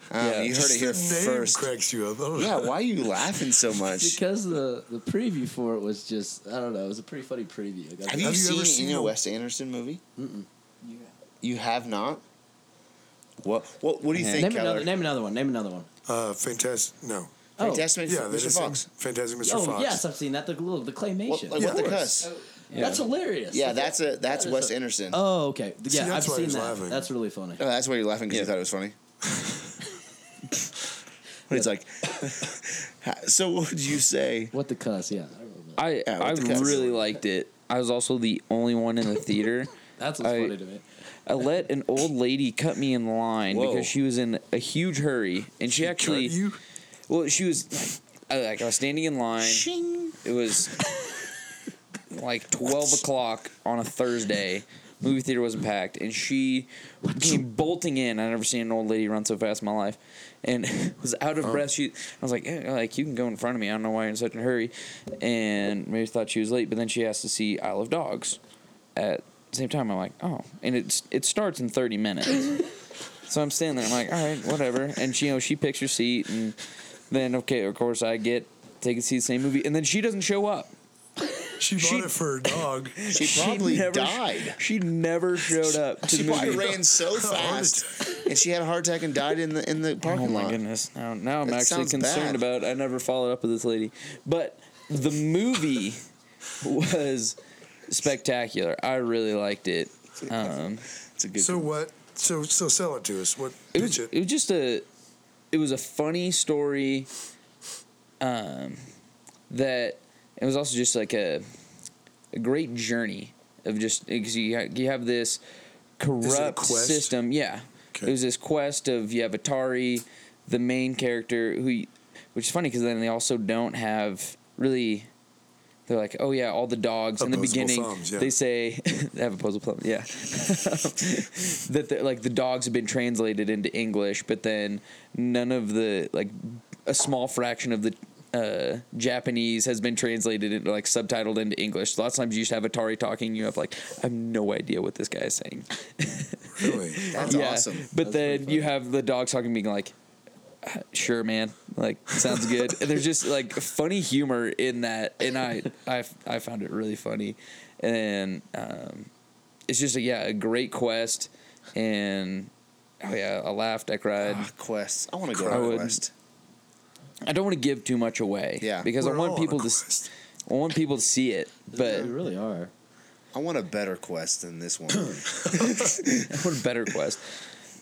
Speaker 3: Um,
Speaker 7: Yeah,
Speaker 3: you heard
Speaker 5: Just
Speaker 3: it here
Speaker 5: the name
Speaker 3: first.
Speaker 5: cracks you up. Oh.
Speaker 3: Yeah. Why are you laughing so much?
Speaker 6: Because the the preview for it was just I don't know, it was a pretty funny preview. I got
Speaker 3: Have you,
Speaker 5: Have you
Speaker 3: seen,
Speaker 5: ever seen
Speaker 3: any
Speaker 5: a-
Speaker 3: Wes Anderson movie?
Speaker 6: Mm-mm.
Speaker 3: You have not. What? What? What do you
Speaker 7: Yeah.
Speaker 3: think,
Speaker 6: name
Speaker 3: Keller?
Speaker 6: another name another one. Name another one.
Speaker 5: Uh, fantastic. No.
Speaker 6: Oh,
Speaker 3: Fantastic
Speaker 5: Yeah, they
Speaker 3: Mr.
Speaker 5: just
Speaker 3: Fox.
Speaker 5: said Fantastic Mr.
Speaker 6: oh
Speaker 5: Fox.
Speaker 6: yes, I've seen that. The little the
Speaker 3: What,
Speaker 6: claymation.
Speaker 3: like,
Speaker 5: Yeah.
Speaker 3: what the
Speaker 5: Of course.
Speaker 3: cuss?
Speaker 6: That's hilarious.
Speaker 3: Yeah, that's a that's
Speaker 6: That is
Speaker 3: Wes
Speaker 6: a-
Speaker 3: Anderson. Oh.
Speaker 6: Oh, okay. Th-
Speaker 5: See,
Speaker 6: Yeah, I've
Speaker 5: that's why
Speaker 6: seen
Speaker 5: he's
Speaker 6: that.
Speaker 5: laughing.
Speaker 6: That's really funny.
Speaker 3: that's why you're laughing because you
Speaker 7: Yeah.
Speaker 3: thought it was funny. When it's like, so what would you say?
Speaker 6: What the cuss? Yeah,
Speaker 7: I
Speaker 3: Yeah,
Speaker 7: I
Speaker 3: what the cuss?
Speaker 7: really liked it. I was also the only one in the theater. what's
Speaker 6: that's what's
Speaker 7: I-
Speaker 6: funny
Speaker 7: funny
Speaker 6: to me.
Speaker 7: I let an old lady cut me in line
Speaker 3: Whoa.
Speaker 7: because she was in a huge hurry, and she,
Speaker 5: Cut
Speaker 7: actually,
Speaker 5: you.
Speaker 7: well, she was I, like I was standing in line.
Speaker 3: Shing.
Speaker 7: It was like twelve o'clock on a Thursday. Movie theater wasn't packed, and she came bolting in. I never seen an old lady run so fast in my life, and was out of breath. She, I was like, eh, like you can go in front of me. I don't know why you're in such a hurry, and maybe thought she was late. But then she asked to see Isle of Dogs at the same time. I'm like, oh, and it's it starts in thirty minutes. so I'm standing there. I'm like, all right, whatever. And she, you know, she picks her seat, and then okay, of course I get take and see the same movie, and then she doesn't show up.
Speaker 5: She bought
Speaker 7: She-
Speaker 5: it for her dog.
Speaker 3: She probably
Speaker 7: never-
Speaker 3: died.
Speaker 7: She never showed up to
Speaker 3: She
Speaker 7: the
Speaker 3: probably
Speaker 7: movie.
Speaker 3: ran so fast, and she had a heart attack and died in the in the parking
Speaker 7: Oh my
Speaker 3: lot.
Speaker 7: goodness! Now, now I'm
Speaker 3: That
Speaker 7: actually
Speaker 3: sounds
Speaker 7: concerned
Speaker 3: bad.
Speaker 7: about. I never followed up with this lady, but the movie was spectacular. I really liked it. Um,
Speaker 3: It's a good.
Speaker 5: So what? So so sell it to us. What?
Speaker 7: it
Speaker 5: Pitch
Speaker 7: was
Speaker 5: it.
Speaker 7: it was just a it was a funny story um that it was also just like a a great journey of just because you, ha- you have this corrupt
Speaker 5: quest?
Speaker 7: system yeah
Speaker 5: Okay.
Speaker 7: it was this quest of you have atari the main character who, y- which is funny because then they also don't have really. They're like, oh yeah, all the dogs in the
Speaker 5: Opposable
Speaker 7: beginning.
Speaker 5: thumbs, yeah.
Speaker 7: They say they have opposable thumbs, yeah. that they're- like the dogs have been translated into English, but then none of the like a small fraction of the uh, Japanese has been translated into like subtitled into English. So lots of times you just have Atari talking, you have like I have no idea what this guy is saying.
Speaker 5: Really?
Speaker 3: That's awesome.
Speaker 7: But then you have the dogs talking, being like, "Uh, "Sure, man. Like, sounds good." and there's just like funny humor in that, and I, I, I found it really funny, and um, it's just a, yeah, a great quest, and oh yeah, I laughed, I cried.
Speaker 3: Ah, quests. I want to go
Speaker 7: I
Speaker 3: on a
Speaker 7: wouldn't.
Speaker 3: quest.
Speaker 7: I don't want to give too much away,
Speaker 3: Yeah.
Speaker 7: because I
Speaker 5: We're all
Speaker 7: want
Speaker 5: on a
Speaker 7: people to, s-
Speaker 5: quest.
Speaker 7: I want people to see it, but
Speaker 6: we really are.
Speaker 3: I want a better quest than this one.
Speaker 7: what a better quest.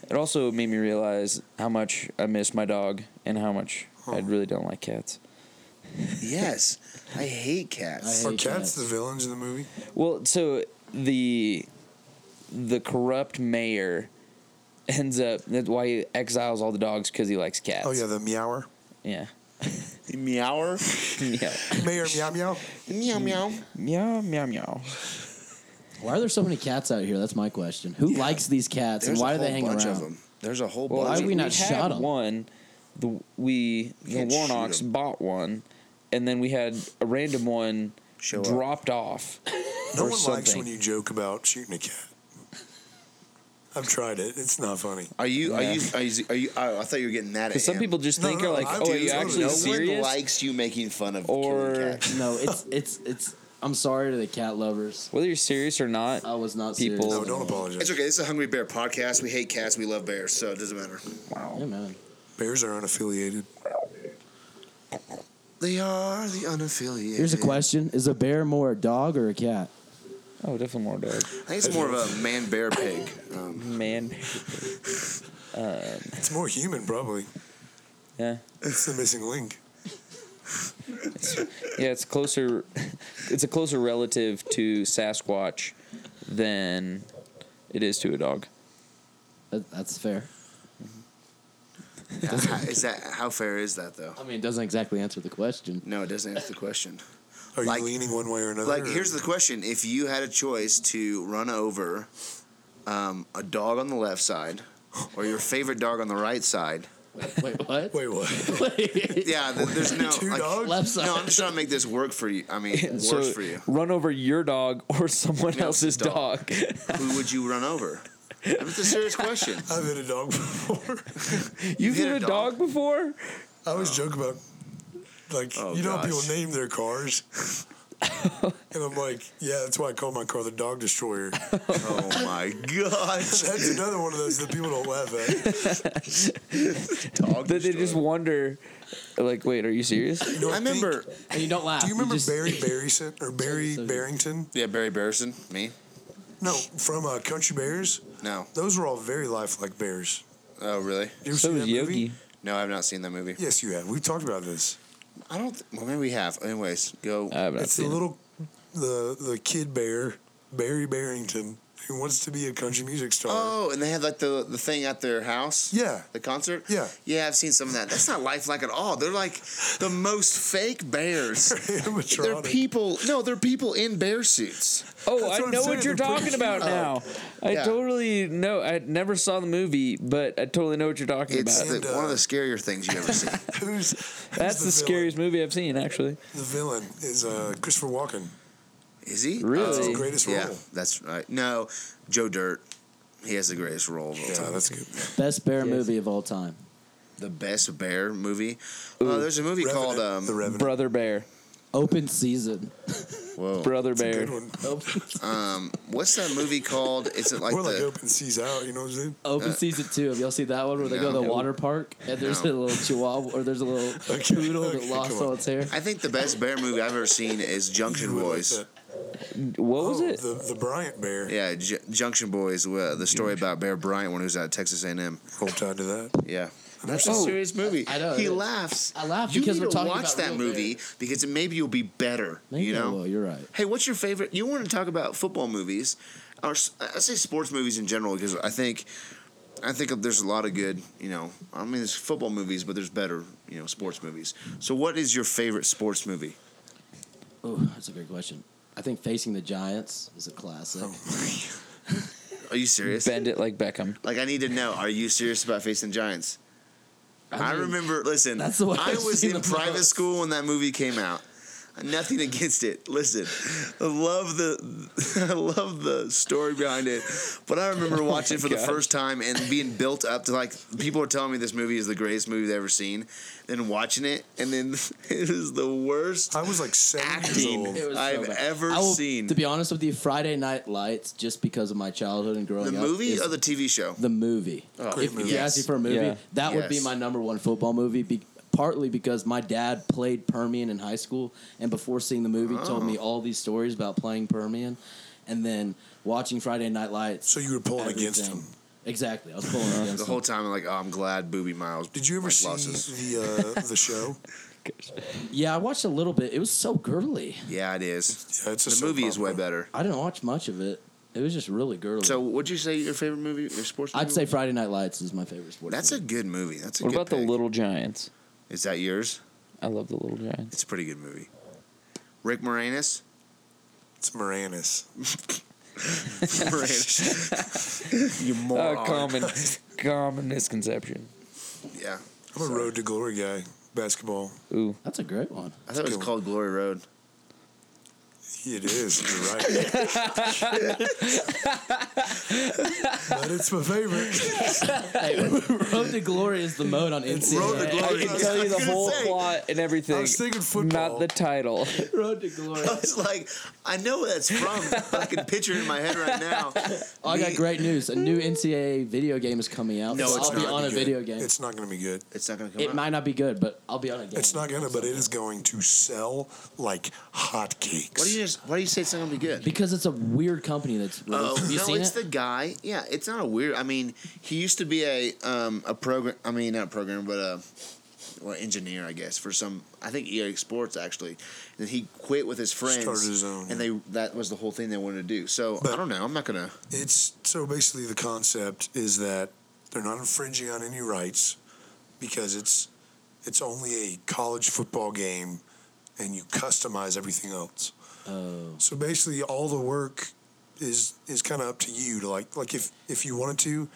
Speaker 7: It also made me realize how much I miss my dog and how much I really don't like cats.
Speaker 3: yes, I hate cats.
Speaker 6: I
Speaker 5: Are
Speaker 6: hate
Speaker 5: cats
Speaker 6: that.
Speaker 5: the villains in the movie?
Speaker 7: Well, so the the corrupt mayor ends up that's why he exiles all the dogs because he likes cats.
Speaker 5: Oh yeah, the meower.
Speaker 7: yeah,
Speaker 3: Meower.
Speaker 7: yeah,
Speaker 5: Mayor meow meow.
Speaker 3: Meow meow.
Speaker 7: meow, meow, meow.
Speaker 6: Why are there so many cats out here? That's my question. Who likes these cats, and
Speaker 3: There's
Speaker 6: why
Speaker 3: a
Speaker 6: do
Speaker 3: whole
Speaker 6: they hang
Speaker 3: bunch
Speaker 6: around?
Speaker 3: of them. There's a whole
Speaker 7: Well,
Speaker 6: Why
Speaker 3: bunch.
Speaker 6: have
Speaker 3: of
Speaker 6: we
Speaker 7: we
Speaker 3: them.
Speaker 6: not
Speaker 7: had
Speaker 6: shot 'em?
Speaker 7: One, the we the
Speaker 3: can't shoot
Speaker 7: Warnocks
Speaker 3: 'em.
Speaker 7: bought one, and then we had a random one
Speaker 3: Show up.
Speaker 7: dropped off.
Speaker 5: No
Speaker 7: or
Speaker 5: one likes
Speaker 7: something.
Speaker 5: when you joke about shooting a cat. I've tried it. It's not funny.
Speaker 3: Are you? Are
Speaker 7: Yeah.
Speaker 3: you? Are you? Are you oh, I thought you were getting mad at him.
Speaker 7: Because some people just
Speaker 5: No,
Speaker 7: think
Speaker 5: no,
Speaker 7: are like,
Speaker 5: I
Speaker 7: oh,
Speaker 5: do.
Speaker 7: are you
Speaker 5: No
Speaker 7: actually
Speaker 3: no one
Speaker 7: serious?
Speaker 3: likes you making fun of
Speaker 7: Or-
Speaker 3: killing cats.
Speaker 6: No, it's it's it's. I'm sorry to the cat lovers.
Speaker 7: Whether you're serious or not,
Speaker 6: I was not
Speaker 7: People-
Speaker 6: Serious.
Speaker 5: No, don't apologize.
Speaker 3: It's okay. This is a Hungry Bear podcast. We hate cats. We love bears, so it doesn't matter.
Speaker 6: Yeah, man.
Speaker 5: Bears are unaffiliated.
Speaker 3: They are the unaffiliated.
Speaker 6: Here's a question: Is a bear more a dog or a cat?
Speaker 7: oh, definitely more dog.
Speaker 3: I think it's more of a man bear pig. Um,
Speaker 7: Man,
Speaker 5: It's more human, probably.
Speaker 7: yeah.
Speaker 5: It's the missing link.
Speaker 7: Yeah, it's closer. It's a closer relative to Sasquatch than it is to a dog.
Speaker 6: That, that's fair.
Speaker 3: is that how fair is that though?
Speaker 6: I mean, it doesn't exactly answer the question.
Speaker 3: No, it doesn't answer the question.
Speaker 5: Are you
Speaker 3: Like-
Speaker 5: leaning one way or another?
Speaker 3: Like,
Speaker 5: or-
Speaker 3: here's the question: If you had a choice to run over um, a dog on the left side or your favorite dog on the right side,
Speaker 6: Wait, what?
Speaker 5: Wait, what?
Speaker 3: yeah, th- there's no
Speaker 5: Two
Speaker 3: like,
Speaker 5: dogs?
Speaker 6: Left side.
Speaker 3: No, I'm just trying to make this work for you. I mean, worse
Speaker 7: so
Speaker 3: for you.
Speaker 7: run over your dog or someone
Speaker 3: No,
Speaker 7: else's
Speaker 3: dog.
Speaker 7: dog.
Speaker 3: Who would you run over? I mean, it's a serious question.
Speaker 5: I've hit a dog before.
Speaker 7: You've
Speaker 3: hit
Speaker 7: hit
Speaker 3: a
Speaker 7: a dog before?
Speaker 5: I always joke about, like,
Speaker 3: Oh,
Speaker 5: you know how people
Speaker 3: gosh.
Speaker 5: name their cars? and I'm like, yeah, that's why I call my car the Dog Destroyer.
Speaker 3: Oh my gosh!
Speaker 5: That's another one of those that people don't laugh at.
Speaker 3: Dog.
Speaker 7: That they just wonder, like, wait, are you serious?
Speaker 5: You know,
Speaker 3: I
Speaker 5: think-
Speaker 3: remember.
Speaker 6: And you don't laugh.
Speaker 5: do you remember
Speaker 6: just-
Speaker 5: Barry Barryson or Barry
Speaker 6: so good.
Speaker 5: Barrington?
Speaker 3: Yeah, Barry Barrison. Me?
Speaker 5: No, from uh, Country Bears.
Speaker 3: No.
Speaker 5: Those were all very lifelike bears.
Speaker 3: Oh, really?
Speaker 5: You ever
Speaker 7: So
Speaker 5: seen
Speaker 7: is
Speaker 5: that
Speaker 7: Yogi.
Speaker 5: movie?
Speaker 3: No, I've not seen that movie.
Speaker 5: Yes, you have. We've talked about this.
Speaker 3: I don't. Th- well, maybe we have. Anyways, go.
Speaker 7: I have not
Speaker 5: it's the
Speaker 7: seen it.
Speaker 5: little, the the kid bear, Barry Barrington, who wants to be a country music star.
Speaker 3: oh, and they had like the the thing at their house.
Speaker 5: Yeah,
Speaker 3: The concert?
Speaker 5: Yeah.
Speaker 3: Yeah, I've seen some of that. That's not lifelike at all. They're like the most fake bears. They're
Speaker 5: animatronic.
Speaker 3: people. No, they're people in bear suits.
Speaker 7: Oh,
Speaker 5: That's
Speaker 7: I
Speaker 5: what I'm
Speaker 7: know
Speaker 5: saying,
Speaker 7: what you're
Speaker 5: they're pretty
Speaker 7: talking about
Speaker 5: cute.
Speaker 7: now. I
Speaker 3: Yeah.
Speaker 7: totally know. I never saw the movie, but I totally know what you're talking
Speaker 3: It's
Speaker 7: about.
Speaker 3: the,
Speaker 5: And, uh,
Speaker 3: one of the scarier things you ever see.
Speaker 5: who's, who's
Speaker 7: That's the,
Speaker 5: villain?
Speaker 7: scariest movie I've seen, actually.
Speaker 5: The villain is uh, Christopher Walken.
Speaker 3: Is he?
Speaker 7: Really?
Speaker 5: That's
Speaker 7: Oh,
Speaker 5: his greatest
Speaker 3: yeah,
Speaker 5: role.
Speaker 3: that's right. No, Joe Dirt. He has the greatest role of all
Speaker 5: Yeah,
Speaker 3: time.
Speaker 5: that's good.
Speaker 6: Best bear
Speaker 7: Yes.
Speaker 6: movie of all time.
Speaker 3: The best bear movie. Uh, there's a movie
Speaker 5: Revenant,
Speaker 3: called. Um,
Speaker 5: the Revenant.
Speaker 7: Brother Bear.
Speaker 6: Open season.
Speaker 3: whoa.
Speaker 7: Brother
Speaker 5: It's a
Speaker 7: Bear.
Speaker 5: good one.
Speaker 3: Um, what's that movie called? It's like
Speaker 5: We're like
Speaker 3: the.
Speaker 5: open seas out. You know what I'm saying?
Speaker 3: Uh,
Speaker 6: Open season two. Have y'all seen that one where they go to
Speaker 3: No.
Speaker 6: the water park and there's
Speaker 3: No.
Speaker 6: a little chihuahua or there's a little
Speaker 5: Okay,
Speaker 6: poodle
Speaker 5: okay,
Speaker 6: that lost
Speaker 5: come on.
Speaker 6: all its hair?
Speaker 3: I think the best bear movie I've ever seen is Junction
Speaker 5: You would like
Speaker 3: Boys.
Speaker 5: that.
Speaker 7: What was
Speaker 5: Oh,
Speaker 7: it?
Speaker 5: The, the Bryant Bear.
Speaker 3: Yeah, J- Junction Boys. Uh, the story about Bear Bryant when he was at Texas A&M.
Speaker 5: Roll Tide to that.
Speaker 3: Yeah. That's a
Speaker 7: Oh.
Speaker 3: serious movie.
Speaker 6: I know,
Speaker 3: He
Speaker 6: it is.
Speaker 3: laughs.
Speaker 6: I laugh
Speaker 3: you
Speaker 6: because
Speaker 3: need
Speaker 6: we're
Speaker 3: to
Speaker 6: talking
Speaker 3: watch
Speaker 6: about
Speaker 3: that
Speaker 6: real
Speaker 3: movie because it, maybe you'll be better.
Speaker 6: Maybe
Speaker 3: you
Speaker 6: I
Speaker 3: know.
Speaker 6: will, you're right.
Speaker 3: Hey, what's your favorite? You want to talk about football movies, or s- I say sports movies in general because I think I think there's a lot of good, you know. I mean, there's football movies, but there's better, you know, sports movies. So, what is your favorite sports movie?
Speaker 6: Oh, that's a great question. I think Facing the Giants is a classic.
Speaker 3: Oh, Are you serious?
Speaker 7: Bend it like Beckham.
Speaker 3: Like, I need to know. Are you serious about facing Giants? I,
Speaker 6: mean,
Speaker 3: remember. Listen,
Speaker 6: that's the one
Speaker 3: I
Speaker 6: I've
Speaker 3: was
Speaker 6: seen
Speaker 3: in
Speaker 6: the
Speaker 3: private
Speaker 6: most.
Speaker 3: school when that movie came out. Nothing against it. Listen, I love the, I love the story behind it. But I remember
Speaker 6: Oh
Speaker 3: watching it for the
Speaker 7: gosh.
Speaker 3: first time and being built up to like people were telling me this movie is the greatest movie they've ever seen, then watching it and then it was the worst
Speaker 5: I was like seven
Speaker 3: acting
Speaker 5: years old.
Speaker 6: It was so
Speaker 3: I've
Speaker 6: bad.
Speaker 3: ever
Speaker 6: I will-
Speaker 3: seen.
Speaker 6: To be honest with you, Friday Night Lights, just because of my childhood and growing
Speaker 3: the
Speaker 6: up,
Speaker 3: movie
Speaker 6: is
Speaker 3: or the TV show?
Speaker 6: the movie.
Speaker 5: Great
Speaker 6: if
Speaker 5: movie.
Speaker 6: you ask me
Speaker 3: Yes.
Speaker 6: for a movie,
Speaker 7: Yeah.
Speaker 6: that would be
Speaker 3: Yes.
Speaker 6: my number one football movie. Be- partly because my dad played Permian in high school, and before seeing the movie, told me all these stories about playing Permian, and then watching Friday Night Lights.
Speaker 5: So you were pulling against
Speaker 6: everything.
Speaker 5: him.
Speaker 6: Exactly, I was pulling against
Speaker 3: The
Speaker 6: him.
Speaker 3: whole time I'm like, oh, I'm glad Booby Miles.
Speaker 5: Did you ever
Speaker 3: like,
Speaker 5: see
Speaker 3: losses.
Speaker 5: the uh, the show?
Speaker 6: Yeah, I watched a little bit. It was so girly.
Speaker 3: Yeah, it is.
Speaker 5: Yeah, it's a
Speaker 3: the
Speaker 5: soap
Speaker 3: movie is way
Speaker 5: opera.
Speaker 3: better.
Speaker 6: I didn't watch much of it. It was just really girly.
Speaker 3: So, would you say your favorite movie, your sports? Movie?
Speaker 6: I'd say Friday Night Lights is my favorite sport.
Speaker 3: that's a good movie. That's a
Speaker 7: What
Speaker 3: good
Speaker 7: about the
Speaker 3: pick.
Speaker 7: Little Giants?
Speaker 3: Is that yours?
Speaker 7: I love the Little Giants.
Speaker 3: It's a pretty good movie. Rick Moranis.
Speaker 5: It's Moranis.
Speaker 3: Moranis.
Speaker 5: You
Speaker 3: Oh,
Speaker 5: moron.
Speaker 7: A Uh, common, common misconception.
Speaker 3: Yeah,
Speaker 5: I'm a road to glory guy. Basketball.
Speaker 7: Ooh,
Speaker 6: That's a great one.
Speaker 3: I thought it was
Speaker 5: Cool.
Speaker 3: called Glory Road.
Speaker 5: It is. You're right. but it's my favorite.
Speaker 6: hey, Road to Glory is the mode on NCAA.
Speaker 5: Road to Glory.
Speaker 7: I can tell you the whole plot and everything.
Speaker 5: I was thinking
Speaker 7: Not
Speaker 5: football.
Speaker 7: the title.
Speaker 6: Road to Glory.
Speaker 3: I was like, I know where that's from. but I can picture it in my head right now.
Speaker 6: Oh, I got
Speaker 3: Me-
Speaker 6: great news. A new NCAA video game is coming out.
Speaker 3: No,
Speaker 6: so
Speaker 3: it's
Speaker 6: I'll be
Speaker 3: not.
Speaker 6: on a
Speaker 5: Good.
Speaker 6: video game.
Speaker 5: It's not going to be good.
Speaker 3: It's not gonna come
Speaker 6: it
Speaker 3: out.
Speaker 6: might not be good, but I'll be on a game.
Speaker 5: It's not gonna, but it is going to sell like hotcakes.
Speaker 3: What do you just? Why do you say it's not gonna be good?
Speaker 6: because it's a weird company that's.
Speaker 3: Oh
Speaker 6: released- Have you
Speaker 3: no,
Speaker 6: seen
Speaker 3: it's
Speaker 6: it?
Speaker 3: the guy. Yeah, it's not a weird. I mean, he used to be a um a program. I mean, not a programmer, but a well engineer, I guess, for some. I think EA Sports actually. And then he quit with his friends,
Speaker 5: Started his own.
Speaker 3: and they that was the whole thing they wanted to do. So I
Speaker 5: But-
Speaker 3: don't know. I'm not gonna.
Speaker 5: It's so basically the concept is that they're not infringing on any rights because it's it's only a college football game and you customize everything else.
Speaker 6: Oh.
Speaker 5: So basically all the work is is kind of up to you to like like if if you wanted to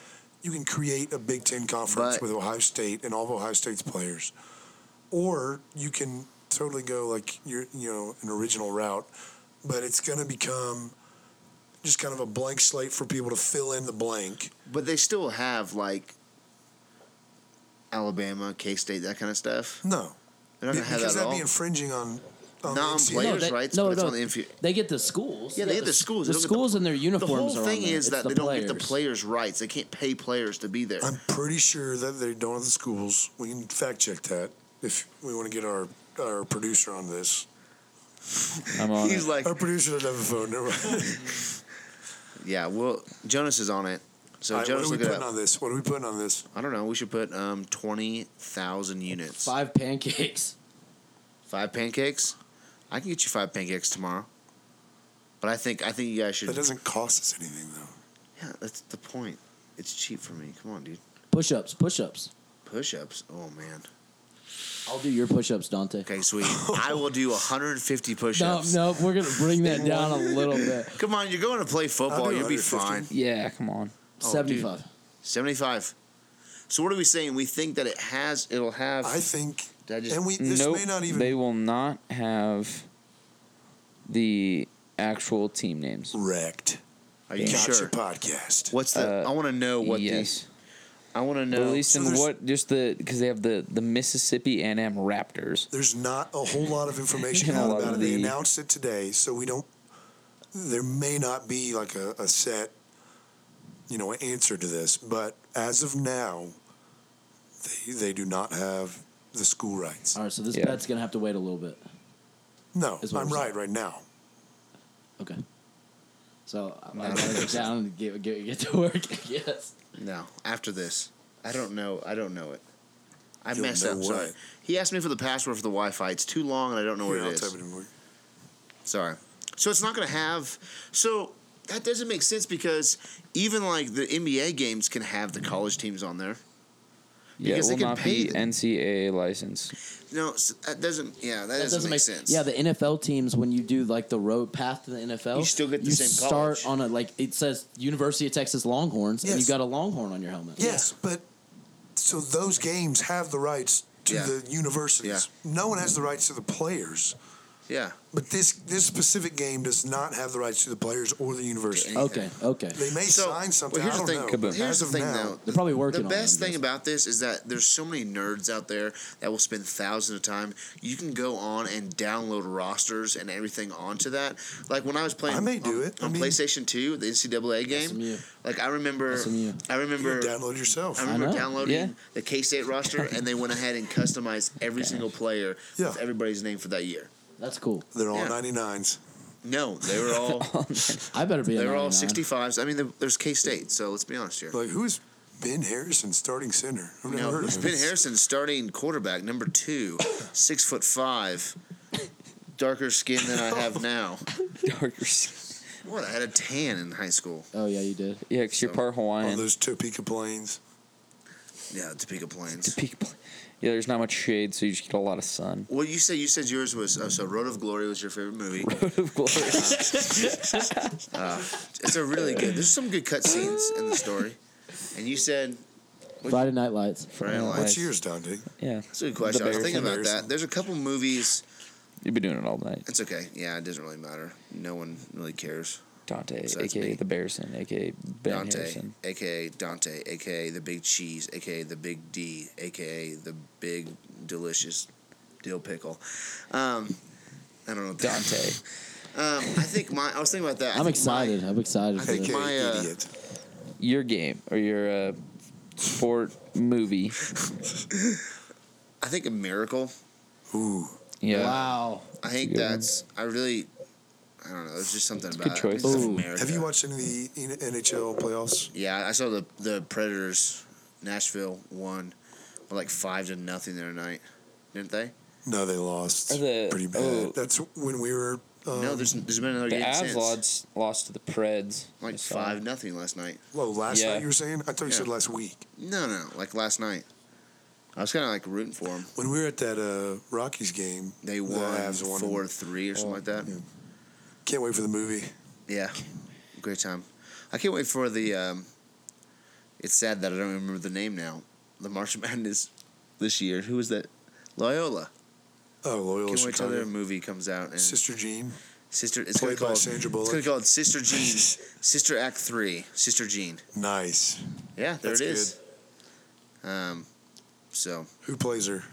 Speaker 5: you can create a Big 10 conference
Speaker 3: But-
Speaker 5: with Ohio State and all of Ohio State's players. Or you can totally go like your you know an original route, but it's going to become just kind of a blank slate for people to fill in the blank.
Speaker 3: But they still have like Alabama, K State, that kind of stuff.
Speaker 5: No,
Speaker 3: They're not gonna have
Speaker 5: because
Speaker 3: that at
Speaker 5: that'd
Speaker 3: all.
Speaker 5: be infringing on, on the
Speaker 3: Not on
Speaker 5: NCAA.
Speaker 3: players,
Speaker 6: they-
Speaker 3: rights,
Speaker 6: no,
Speaker 3: but it's
Speaker 6: no.
Speaker 3: on the infu-
Speaker 6: They get the schools.
Speaker 3: Yeah, they get the schools. They
Speaker 6: The
Speaker 3: don't get the-
Speaker 6: schools and their
Speaker 3: The
Speaker 6: uniforms
Speaker 3: whole
Speaker 6: are on
Speaker 3: thing
Speaker 6: there.
Speaker 3: is
Speaker 6: It's
Speaker 3: that
Speaker 6: the
Speaker 3: they don't get the
Speaker 6: players.
Speaker 3: players' rights. They can't pay players to be there.
Speaker 5: I'm pretty sure that they don't have the schools. We can fact check that if we want to get our our producer on this.
Speaker 7: I'm on
Speaker 3: He's
Speaker 7: it.
Speaker 3: like,
Speaker 5: Our producer doesn't have a phone. Never mind.
Speaker 3: yeah, well, Jonas is on it. So
Speaker 5: All right, what
Speaker 3: Jonas,
Speaker 5: are we
Speaker 3: look it
Speaker 5: putting
Speaker 3: up.
Speaker 5: on this? What are we putting on this?
Speaker 3: I don't know. We should put um, 20,000 units.
Speaker 6: Five pancakes.
Speaker 3: Five pancakes? I can get you five pancakes tomorrow. But I think I think you guys should.
Speaker 5: That doesn't cost us anything though.
Speaker 3: yeah, that's the point. It's cheap for me. Come on, dude.
Speaker 6: Push ups. Push ups.
Speaker 3: Push ups. Oh, man.
Speaker 6: I'll do your push ups, Dante.
Speaker 3: Okay, sweet. I will do 150 push ups.
Speaker 6: No, no, we're gonna bring that down a little bit.
Speaker 3: Come on, you're going to play
Speaker 5: I'll
Speaker 3: football.
Speaker 5: do
Speaker 3: You'll be
Speaker 5: 150.
Speaker 3: fine.
Speaker 7: Yeah, come on.
Speaker 3: Oh,
Speaker 6: Seventy-five.
Speaker 3: 75. So what are we saying? We think that it has, it'll have.
Speaker 5: I think,
Speaker 3: Did I just-
Speaker 5: and we this
Speaker 7: nope,
Speaker 5: may not even
Speaker 7: They will not have the actual team names.
Speaker 5: wrecked.
Speaker 3: are you
Speaker 5: Gotcha
Speaker 3: sure?
Speaker 5: podcast.
Speaker 3: What's the?
Speaker 7: Uh,
Speaker 3: I want to know what
Speaker 7: yes.
Speaker 3: these. I want to know.
Speaker 7: At least
Speaker 5: So
Speaker 7: in
Speaker 5: there's-
Speaker 7: what just the because they have the the Mississippi and M Raptors.
Speaker 5: There's not a whole lot of information
Speaker 7: And a
Speaker 5: out
Speaker 7: lot
Speaker 5: about it.
Speaker 7: of
Speaker 5: They
Speaker 7: the-
Speaker 5: announced it today, so we don't. There may not be like a, a set, you know, answer to this, but as of now, they they do not have the school rights.
Speaker 6: All right, so this
Speaker 7: Yeah.
Speaker 6: bet's gonna have to wait a little bit.
Speaker 5: No,
Speaker 6: Uh, Is what
Speaker 5: I'm
Speaker 6: I'm
Speaker 5: right
Speaker 6: saying.
Speaker 5: right now.
Speaker 6: Okay. So I'm gonna get down and get, get get to work. yes.
Speaker 3: No, after this, I don't know. I don't know it. I
Speaker 5: You don't
Speaker 3: messed
Speaker 5: know
Speaker 3: up.
Speaker 5: what?
Speaker 3: Sorry. He asked me for the password for the Wi-Fi. It's too long, and I don't know what
Speaker 5: Here, I'll
Speaker 3: it
Speaker 5: type
Speaker 3: is.
Speaker 5: it in.
Speaker 3: Sorry. So it's not gonna have. So that doesn't make sense because even like the NBA games can have the college teams on there.
Speaker 7: Yeah,
Speaker 3: Because
Speaker 7: it
Speaker 3: they
Speaker 7: will
Speaker 3: can
Speaker 7: not
Speaker 3: pay
Speaker 7: be
Speaker 3: the-
Speaker 7: NCAA license.
Speaker 3: No, s- that doesn't. Yeah, that, doesn't, make, sense.
Speaker 6: Yeah, the NFL teams when you do like the road path to the NFL,
Speaker 3: You still get the
Speaker 6: you
Speaker 3: same
Speaker 6: start
Speaker 3: college.
Speaker 6: on a like it says University of Texas Longhorns, and you
Speaker 5: Yes.
Speaker 6: got a Longhorn on your helmet.
Speaker 5: Yes, but so those games have the rights to
Speaker 3: Yeah.
Speaker 5: the universities. No one has the rights to the players.
Speaker 3: yeah.
Speaker 5: But this this specific game does not have the rights to the players or the university.
Speaker 3: Yeah.
Speaker 6: Okay. Okay.
Speaker 5: They may
Speaker 3: So
Speaker 5: sign something.
Speaker 3: well, here's
Speaker 5: I don't
Speaker 3: the thing.
Speaker 5: know.
Speaker 3: Here's
Speaker 5: As
Speaker 3: the
Speaker 5: of
Speaker 3: thing,
Speaker 5: now,
Speaker 3: though.
Speaker 6: They're probably working
Speaker 3: The
Speaker 6: on it,
Speaker 3: best
Speaker 6: I
Speaker 3: thing
Speaker 6: guess.
Speaker 3: about this is that there's so many nerds out there that will spend thousands of time. You can go on and download rosters and everything onto that. Like when I was playing,
Speaker 5: I may do
Speaker 3: on,
Speaker 5: it. I
Speaker 3: on
Speaker 5: mean-
Speaker 3: PlayStation Two, the NCAA game.
Speaker 6: SMU.
Speaker 3: Like I remember,
Speaker 6: SMU.
Speaker 3: I remember
Speaker 5: You can download yourself.
Speaker 3: I remember
Speaker 6: know,
Speaker 3: downloading
Speaker 7: yeah.
Speaker 3: the K State roster, and they went ahead and customized every single player
Speaker 5: Yeah.
Speaker 3: with everybody's name for that year.
Speaker 6: That's cool.
Speaker 5: They're all
Speaker 3: Yeah.
Speaker 5: 99s.
Speaker 3: No, they were all
Speaker 6: I better be. a
Speaker 3: they were all
Speaker 6: 99.
Speaker 3: sixty fives. I mean, there- there's K State, so let's be honest here.
Speaker 5: Like, who's Ben Harrison starting center? I've never
Speaker 3: No,
Speaker 5: heard of
Speaker 3: it's
Speaker 5: him.
Speaker 3: Ben Harrison, starting quarterback, number two, six foot five, darker skin than I have now.
Speaker 7: Darker skin.
Speaker 3: What? I had a tan in high school.
Speaker 6: Oh yeah, you did.
Speaker 7: Yeah, because you're
Speaker 3: So-
Speaker 7: part
Speaker 5: All
Speaker 7: Hawaiian.
Speaker 5: those Topeka Plains.
Speaker 3: Yeah, Topeka Plains.
Speaker 7: Peak pl- Yeah, there's not much shade, so you just get a lot of sun.
Speaker 3: Well, you said you said yours was oh, so. Road of Glory was your favorite movie.
Speaker 7: Of course.
Speaker 3: It's a really good. There's some good cut scenes in the story, and you said
Speaker 6: Friday Night Lights.
Speaker 3: Friday Night
Speaker 5: What's
Speaker 3: Lights.
Speaker 7: Nice.
Speaker 5: yours, Dante?
Speaker 7: yeah,
Speaker 3: That's a good question. I was
Speaker 7: Bears.
Speaker 3: thinking about
Speaker 5: Bears.
Speaker 3: that. There's a couple movies.
Speaker 7: you've been doing it all night.
Speaker 3: It's okay. Yeah, it doesn't really matter. No one really cares.
Speaker 7: Dante,
Speaker 3: So that's
Speaker 7: aka
Speaker 3: me.
Speaker 7: the Bearson, aka Ben
Speaker 3: Dante,
Speaker 7: Harrison.
Speaker 3: aka Dante, aka the Big Cheese, aka the Big D, aka the Big Delicious Dill Pickle. Um, I don't know.
Speaker 7: Dante.
Speaker 3: Um, I think my. I was thinking about that. I think
Speaker 6: I'm
Speaker 3: my-
Speaker 6: excited. I'm excited
Speaker 3: I
Speaker 6: for
Speaker 3: think
Speaker 6: this.
Speaker 5: AKA
Speaker 3: my, uh,
Speaker 5: idiot.
Speaker 7: your game or your uh, sport
Speaker 3: I
Speaker 7: movie.
Speaker 3: think a miracle.
Speaker 5: Ooh.
Speaker 7: Yeah.
Speaker 6: Wow.
Speaker 3: I think
Speaker 7: good one.
Speaker 3: that's. I really. I don't know. There's just something
Speaker 7: good
Speaker 3: about it.
Speaker 7: choice.
Speaker 3: It's
Speaker 7: Ooh.
Speaker 3: America.
Speaker 5: Have you watched any of the NHL playoffs?
Speaker 3: Yeah, I saw the the Predators. Nashville won, like five to nothing the other night, didn't they?
Speaker 5: No, they lost.
Speaker 7: Are the-
Speaker 5: pretty bad.
Speaker 7: oh.
Speaker 5: That's when we were. Um,
Speaker 3: no, there's there's been another
Speaker 7: The
Speaker 3: game
Speaker 7: Avs
Speaker 3: since.
Speaker 7: lost, lost to the Preds. I
Speaker 3: like
Speaker 7: saw.
Speaker 3: five nothing last night.
Speaker 5: Well, last
Speaker 7: Yeah.
Speaker 5: night you were saying? I thought you
Speaker 3: Yeah.
Speaker 5: said last week.
Speaker 3: No, no, like last night. I was kind of like rooting for them.
Speaker 5: When we were at that uh, Rockies game,
Speaker 3: They
Speaker 5: the
Speaker 3: won
Speaker 5: Avs won. Oh,
Speaker 3: four three or something like that.
Speaker 5: yeah. Can't wait for the movie.
Speaker 3: Yeah, great time. I can't wait for the. Um, it's sad that I don't remember the name now. The March Madness this year. Who was that? Loyola.
Speaker 5: Oh, Loyola
Speaker 3: Can't wait till their
Speaker 5: Chicago.
Speaker 3: movie comes out and Sister.
Speaker 5: Sister Jean,
Speaker 3: it's gonna
Speaker 5: played
Speaker 3: be called.
Speaker 5: by
Speaker 3: It's
Speaker 5: Sandra
Speaker 3: gonna be
Speaker 5: Bullock.
Speaker 3: called Sister Jean. Sister Act Three. Sister Jean.
Speaker 5: Nice.
Speaker 3: Yeah, there
Speaker 5: That's
Speaker 3: it is. Um, so
Speaker 5: Who plays her?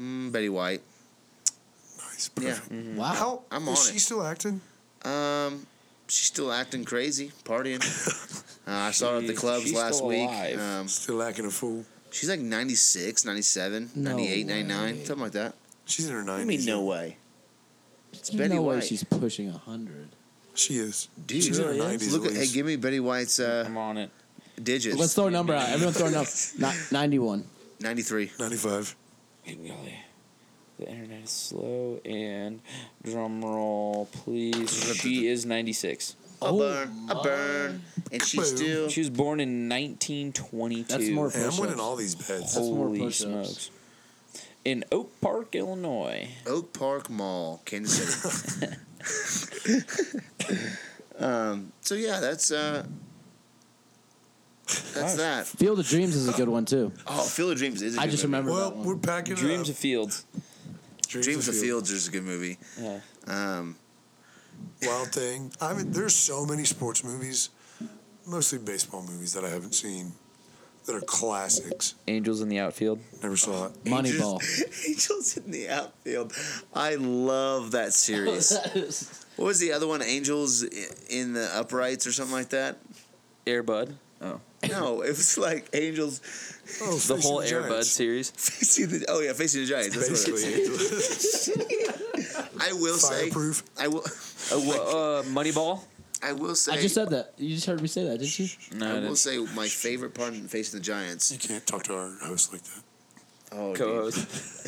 Speaker 3: mm, Betty White.
Speaker 5: Nice.
Speaker 3: Yeah.
Speaker 5: Perfect.
Speaker 6: mm-hmm. Wow.
Speaker 5: How
Speaker 3: I'm
Speaker 5: is
Speaker 3: on
Speaker 5: she
Speaker 3: it.
Speaker 5: still acting?
Speaker 3: Um, she's still acting crazy, partying. Uh, I saw her at the
Speaker 7: She-
Speaker 3: clubs
Speaker 7: she's
Speaker 3: last
Speaker 7: still
Speaker 3: week.
Speaker 7: alive.
Speaker 3: Um,
Speaker 5: Still acting a fool.
Speaker 3: she's like 96, 97,
Speaker 6: No
Speaker 3: 98, 99,
Speaker 6: way.
Speaker 3: something like that.
Speaker 5: She's in her
Speaker 3: I mean,
Speaker 5: nineties.
Speaker 3: no way. It's
Speaker 6: Betty
Speaker 3: Betty
Speaker 6: no way
Speaker 3: White.
Speaker 6: she's pushing hundred.
Speaker 5: She is.
Speaker 3: Dude,
Speaker 5: she's in her
Speaker 6: really is?
Speaker 5: nineties.
Speaker 3: Look at, hey, give me Betty White's uh,
Speaker 7: I'm on it.
Speaker 3: digits.
Speaker 6: Let's throw a number out. Everyone throw a number. Ni- Ninety-one.
Speaker 3: 93.
Speaker 5: ninety-five.
Speaker 7: Good golly. The internet is slow and drum roll, please. She is 96.
Speaker 3: A burn, a
Speaker 6: Oh, my.
Speaker 3: burn. And she's
Speaker 5: Kaboom.
Speaker 3: still.
Speaker 7: She was born in 1922.
Speaker 6: That's more
Speaker 5: Hey, I'm winning
Speaker 6: push-ups.
Speaker 5: all these bets.
Speaker 6: That's more
Speaker 7: Holy
Speaker 6: push-ups.
Speaker 7: smokes. In Oak Park, Illinois.
Speaker 3: Oak Park Mall, Kansas City. um, so, yeah, that's. Uh, that's that.
Speaker 6: Field of Dreams is a good one too.
Speaker 3: Oh, Field of Dreams is a
Speaker 6: I
Speaker 3: good
Speaker 6: just
Speaker 3: movie.
Speaker 6: remember
Speaker 5: Well,
Speaker 6: that one.
Speaker 5: we're packing it
Speaker 7: Dreams
Speaker 5: up.
Speaker 7: of Fields.
Speaker 3: Dreams of Fields is a good movie.
Speaker 7: Yeah.
Speaker 3: Um,
Speaker 5: Wild Thing. I mean, there's so many sports movies, mostly baseball movies that I haven't seen, that are classics.
Speaker 7: Angels in the outfield.
Speaker 5: Never saw it.
Speaker 6: Moneyball.
Speaker 3: Angels, Angels in the outfield. I love that series. what was the other one? Angels i- in the uprights or something like that?
Speaker 7: Airbud.
Speaker 3: No, it was like Angels
Speaker 5: Oh,
Speaker 7: The whole
Speaker 5: Facing
Speaker 7: Airbud
Speaker 5: Giants.
Speaker 7: series.
Speaker 3: facing the oh yeah facing the Giants. That's what it was.
Speaker 5: Basically,
Speaker 3: I will say
Speaker 5: fireproof.
Speaker 3: I will
Speaker 7: Uh, wha- uh, Moneyball.
Speaker 3: I will say
Speaker 6: I just said that. You just heard me say that, didn't you?
Speaker 7: No,
Speaker 3: I
Speaker 7: I
Speaker 3: will
Speaker 7: didn't.
Speaker 3: say my favorite part in facing the Giants.
Speaker 5: You can't talk to our host like that.
Speaker 3: Oh, dude.
Speaker 7: co-host.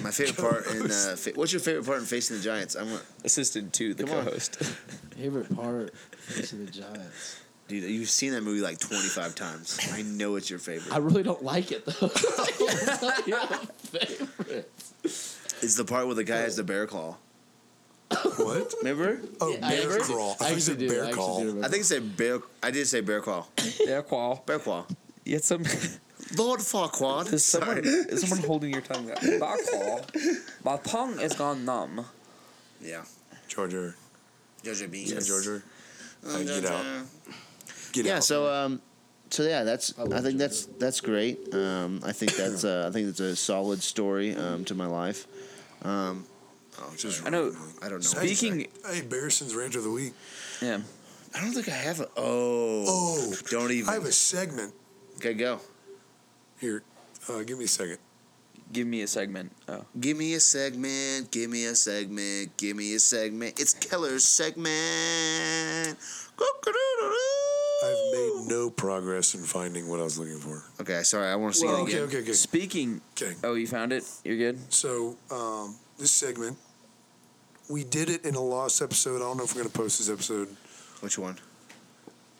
Speaker 3: My favorite part in uh, fa- what's your favorite part in Facing the Giants? I'm gonna-
Speaker 7: Assisted to the
Speaker 3: Come on.
Speaker 7: co-host.
Speaker 6: Favorite part Face of the Giants.
Speaker 3: dude. You've seen that movie like 25 times. I know it's your favorite.
Speaker 6: I really don't like it though. It's not your favorite.
Speaker 3: it's the part where the guy has the bear claw.
Speaker 5: What?
Speaker 3: Remember?
Speaker 5: Oh,
Speaker 6: I
Speaker 5: bear
Speaker 6: actually-
Speaker 5: crawl. I thought you
Speaker 6: I actually
Speaker 5: said
Speaker 6: do. I
Speaker 5: bear
Speaker 6: actually do
Speaker 5: call.
Speaker 6: remember.
Speaker 3: I think it said bear. I did say bear claw.
Speaker 7: yeah, qual.
Speaker 3: Bear claw.
Speaker 7: Yet some
Speaker 3: Lord Farquaad.
Speaker 7: is someone is someone holding your tongue out. Bah, qual. My tongue is gone numb.
Speaker 3: Yeah.
Speaker 5: Charger.
Speaker 3: Georgia B.
Speaker 5: Yeah, Charger. Uh, get out. Get
Speaker 3: Yeah.
Speaker 5: out.
Speaker 3: So um, so yeah, that's
Speaker 6: I love
Speaker 3: I, think
Speaker 6: Georgia.
Speaker 3: that's that's great. Um, I think that's uh, I think it's a solid story um, to my life. Um,
Speaker 5: Oh, just
Speaker 7: I know.
Speaker 3: I don't know.
Speaker 7: Speaking,
Speaker 5: Hey, Barrison's Rant of the Week.
Speaker 7: yeah,
Speaker 3: I don't think I have a. Oh.
Speaker 5: Oh,
Speaker 3: Don't even.
Speaker 5: I have a segment.
Speaker 3: Okay, go.
Speaker 5: Here, uh, give me a second.
Speaker 7: give me a segment. Oh,
Speaker 3: Give me a segment. Give me a segment. Give me a segment. It's Keller's segment.
Speaker 5: I've made no progress in finding what I was looking for.
Speaker 3: Okay, sorry. I want to see
Speaker 5: Well,
Speaker 3: it again.
Speaker 5: okay, okay, okay.
Speaker 7: speaking.
Speaker 5: Okay.
Speaker 7: Oh, you found it. You're good.
Speaker 5: So, um, this segment, we did it in a lost episode. I don't know if we're going to post this episode.
Speaker 3: Which one?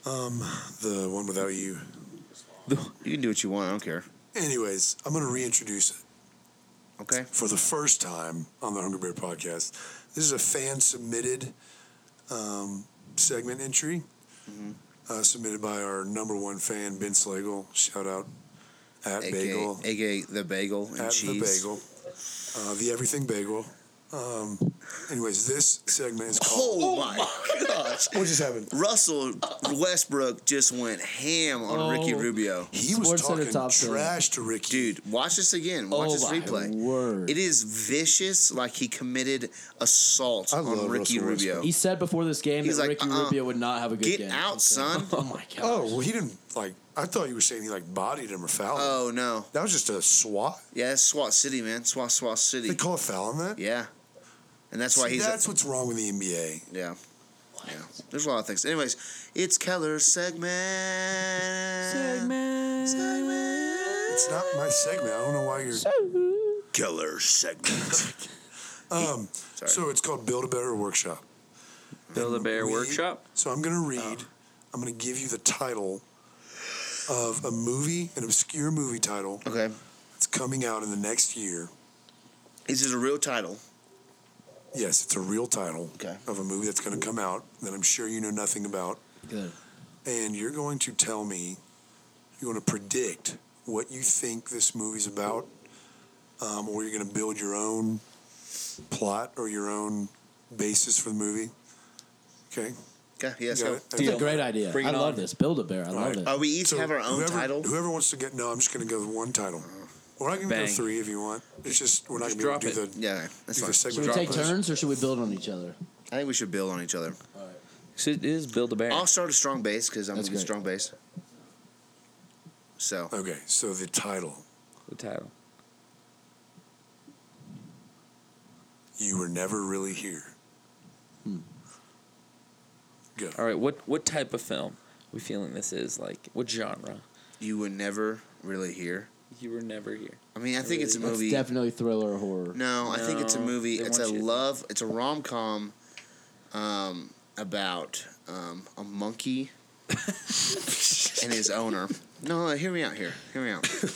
Speaker 5: Um, the one without you.
Speaker 3: You can do what you want. I don't care.
Speaker 5: Anyways, I'm going to reintroduce it
Speaker 3: Okay.
Speaker 5: for the first time on the Hungry Bear podcast. This is a fan submitted um, segment entry
Speaker 3: Mm-hmm.
Speaker 5: uh, submitted by our number one fan, Ben Slagle. Shout out at Bagel.
Speaker 3: AKA, AKA the bagel and
Speaker 5: at
Speaker 3: cheese.
Speaker 5: the bagel, uh, the everything bagel. Um, anyways, this segment is
Speaker 3: Oh,
Speaker 5: called.
Speaker 3: my gosh.
Speaker 5: What just happened?
Speaker 3: Russell Westbrook just went ham on Ricky
Speaker 6: Oh.
Speaker 3: Rubio.
Speaker 5: He was
Speaker 6: SportsCenter
Speaker 5: talking
Speaker 6: top ten.
Speaker 5: trash to Ricky.
Speaker 3: Dude, watch this again. Watch
Speaker 6: oh
Speaker 3: this
Speaker 6: my
Speaker 3: replay.
Speaker 6: word!
Speaker 3: It is vicious, like he committed assault
Speaker 5: I
Speaker 3: on
Speaker 5: love
Speaker 3: Ricky
Speaker 5: Russell
Speaker 3: Rubio.
Speaker 5: Westbrook.
Speaker 6: he said before this game
Speaker 3: He's
Speaker 6: that
Speaker 3: like,
Speaker 6: Ricky
Speaker 3: uh-uh.
Speaker 6: Rubio would not have a good
Speaker 3: Get
Speaker 6: game.
Speaker 3: out, son.
Speaker 6: Oh my god!
Speaker 5: Oh well, he didn't like. I thought you were saying he like bodied him or fouled him.
Speaker 3: Oh no,
Speaker 5: That was just a swat.
Speaker 3: yeah, that's SWAT City, man. SWAT, SWAT
Speaker 5: They
Speaker 3: City.
Speaker 5: call a foul on that.
Speaker 3: Yeah, and that's why
Speaker 5: See,
Speaker 3: he's.
Speaker 5: that's what's wrong with the NBA.
Speaker 3: yeah, yeah. There's a lot of things. Anyways, it's Keller's segment. Segment. Segment.
Speaker 5: It's not my segment. I don't know why you're.
Speaker 3: Keller's segment.
Speaker 5: Um,
Speaker 3: Sorry.
Speaker 5: so it's called Build a Better Workshop.
Speaker 7: Build a bear
Speaker 5: We-
Speaker 7: workshop.
Speaker 5: So I'm
Speaker 3: Oh.
Speaker 5: going to read. I'm going to give you the title of a movie, an obscure movie title
Speaker 3: okay,
Speaker 5: that's coming out in the next year.
Speaker 3: this is a real title.
Speaker 5: Yes, it's a real title
Speaker 3: Okay.
Speaker 5: of a movie that's going to come out that I'm sure you know nothing about.
Speaker 6: Good.
Speaker 5: And you're going to tell me, you're going to predict what you think this movie's about, um, or you're going to build your own plot or your own basis for the movie. Okay?
Speaker 3: Okay, yeah,
Speaker 5: You got
Speaker 3: so
Speaker 5: it?
Speaker 6: It's a great idea.
Speaker 7: Bring
Speaker 6: I
Speaker 7: it
Speaker 6: love
Speaker 7: on.
Speaker 6: this. Build a bear. I love
Speaker 5: right.
Speaker 6: it.
Speaker 3: Are we each
Speaker 5: So
Speaker 3: have our own
Speaker 5: whoever,
Speaker 3: title? Uh-huh.
Speaker 5: Whoever wants to get no, I'm just gonna go with one title, or I can go
Speaker 7: Bang.
Speaker 5: three if you want. It's just we're not
Speaker 7: Just
Speaker 5: gonna be
Speaker 7: drop
Speaker 5: able to do
Speaker 7: it.
Speaker 5: the
Speaker 3: Yeah, that's
Speaker 5: do
Speaker 3: fine.
Speaker 5: the
Speaker 6: Should
Speaker 5: segment.
Speaker 6: we take
Speaker 5: first.
Speaker 6: turns or should we build on each other?
Speaker 3: I think we should build on each other.
Speaker 7: So it is build a bear.
Speaker 3: I'll start a strong base because I'm
Speaker 6: That's
Speaker 3: gonna get
Speaker 6: great.
Speaker 3: strong base. So
Speaker 5: Okay, so the title.
Speaker 7: The title.
Speaker 5: You were never really here. Go.
Speaker 7: All right. What what type of film we feeling this is like? What genre?
Speaker 3: you would never really hear.
Speaker 7: You were never here.
Speaker 3: I mean, I think it's a
Speaker 6: That's
Speaker 3: movie.
Speaker 6: definitely thriller or horror.
Speaker 3: No, I think it's a
Speaker 7: No,
Speaker 3: movie.
Speaker 7: they
Speaker 3: It's a
Speaker 7: want you to-
Speaker 3: love. It's a rom com, um, about um, a monkey and his owner. No, no, hear me out here. Hear me out.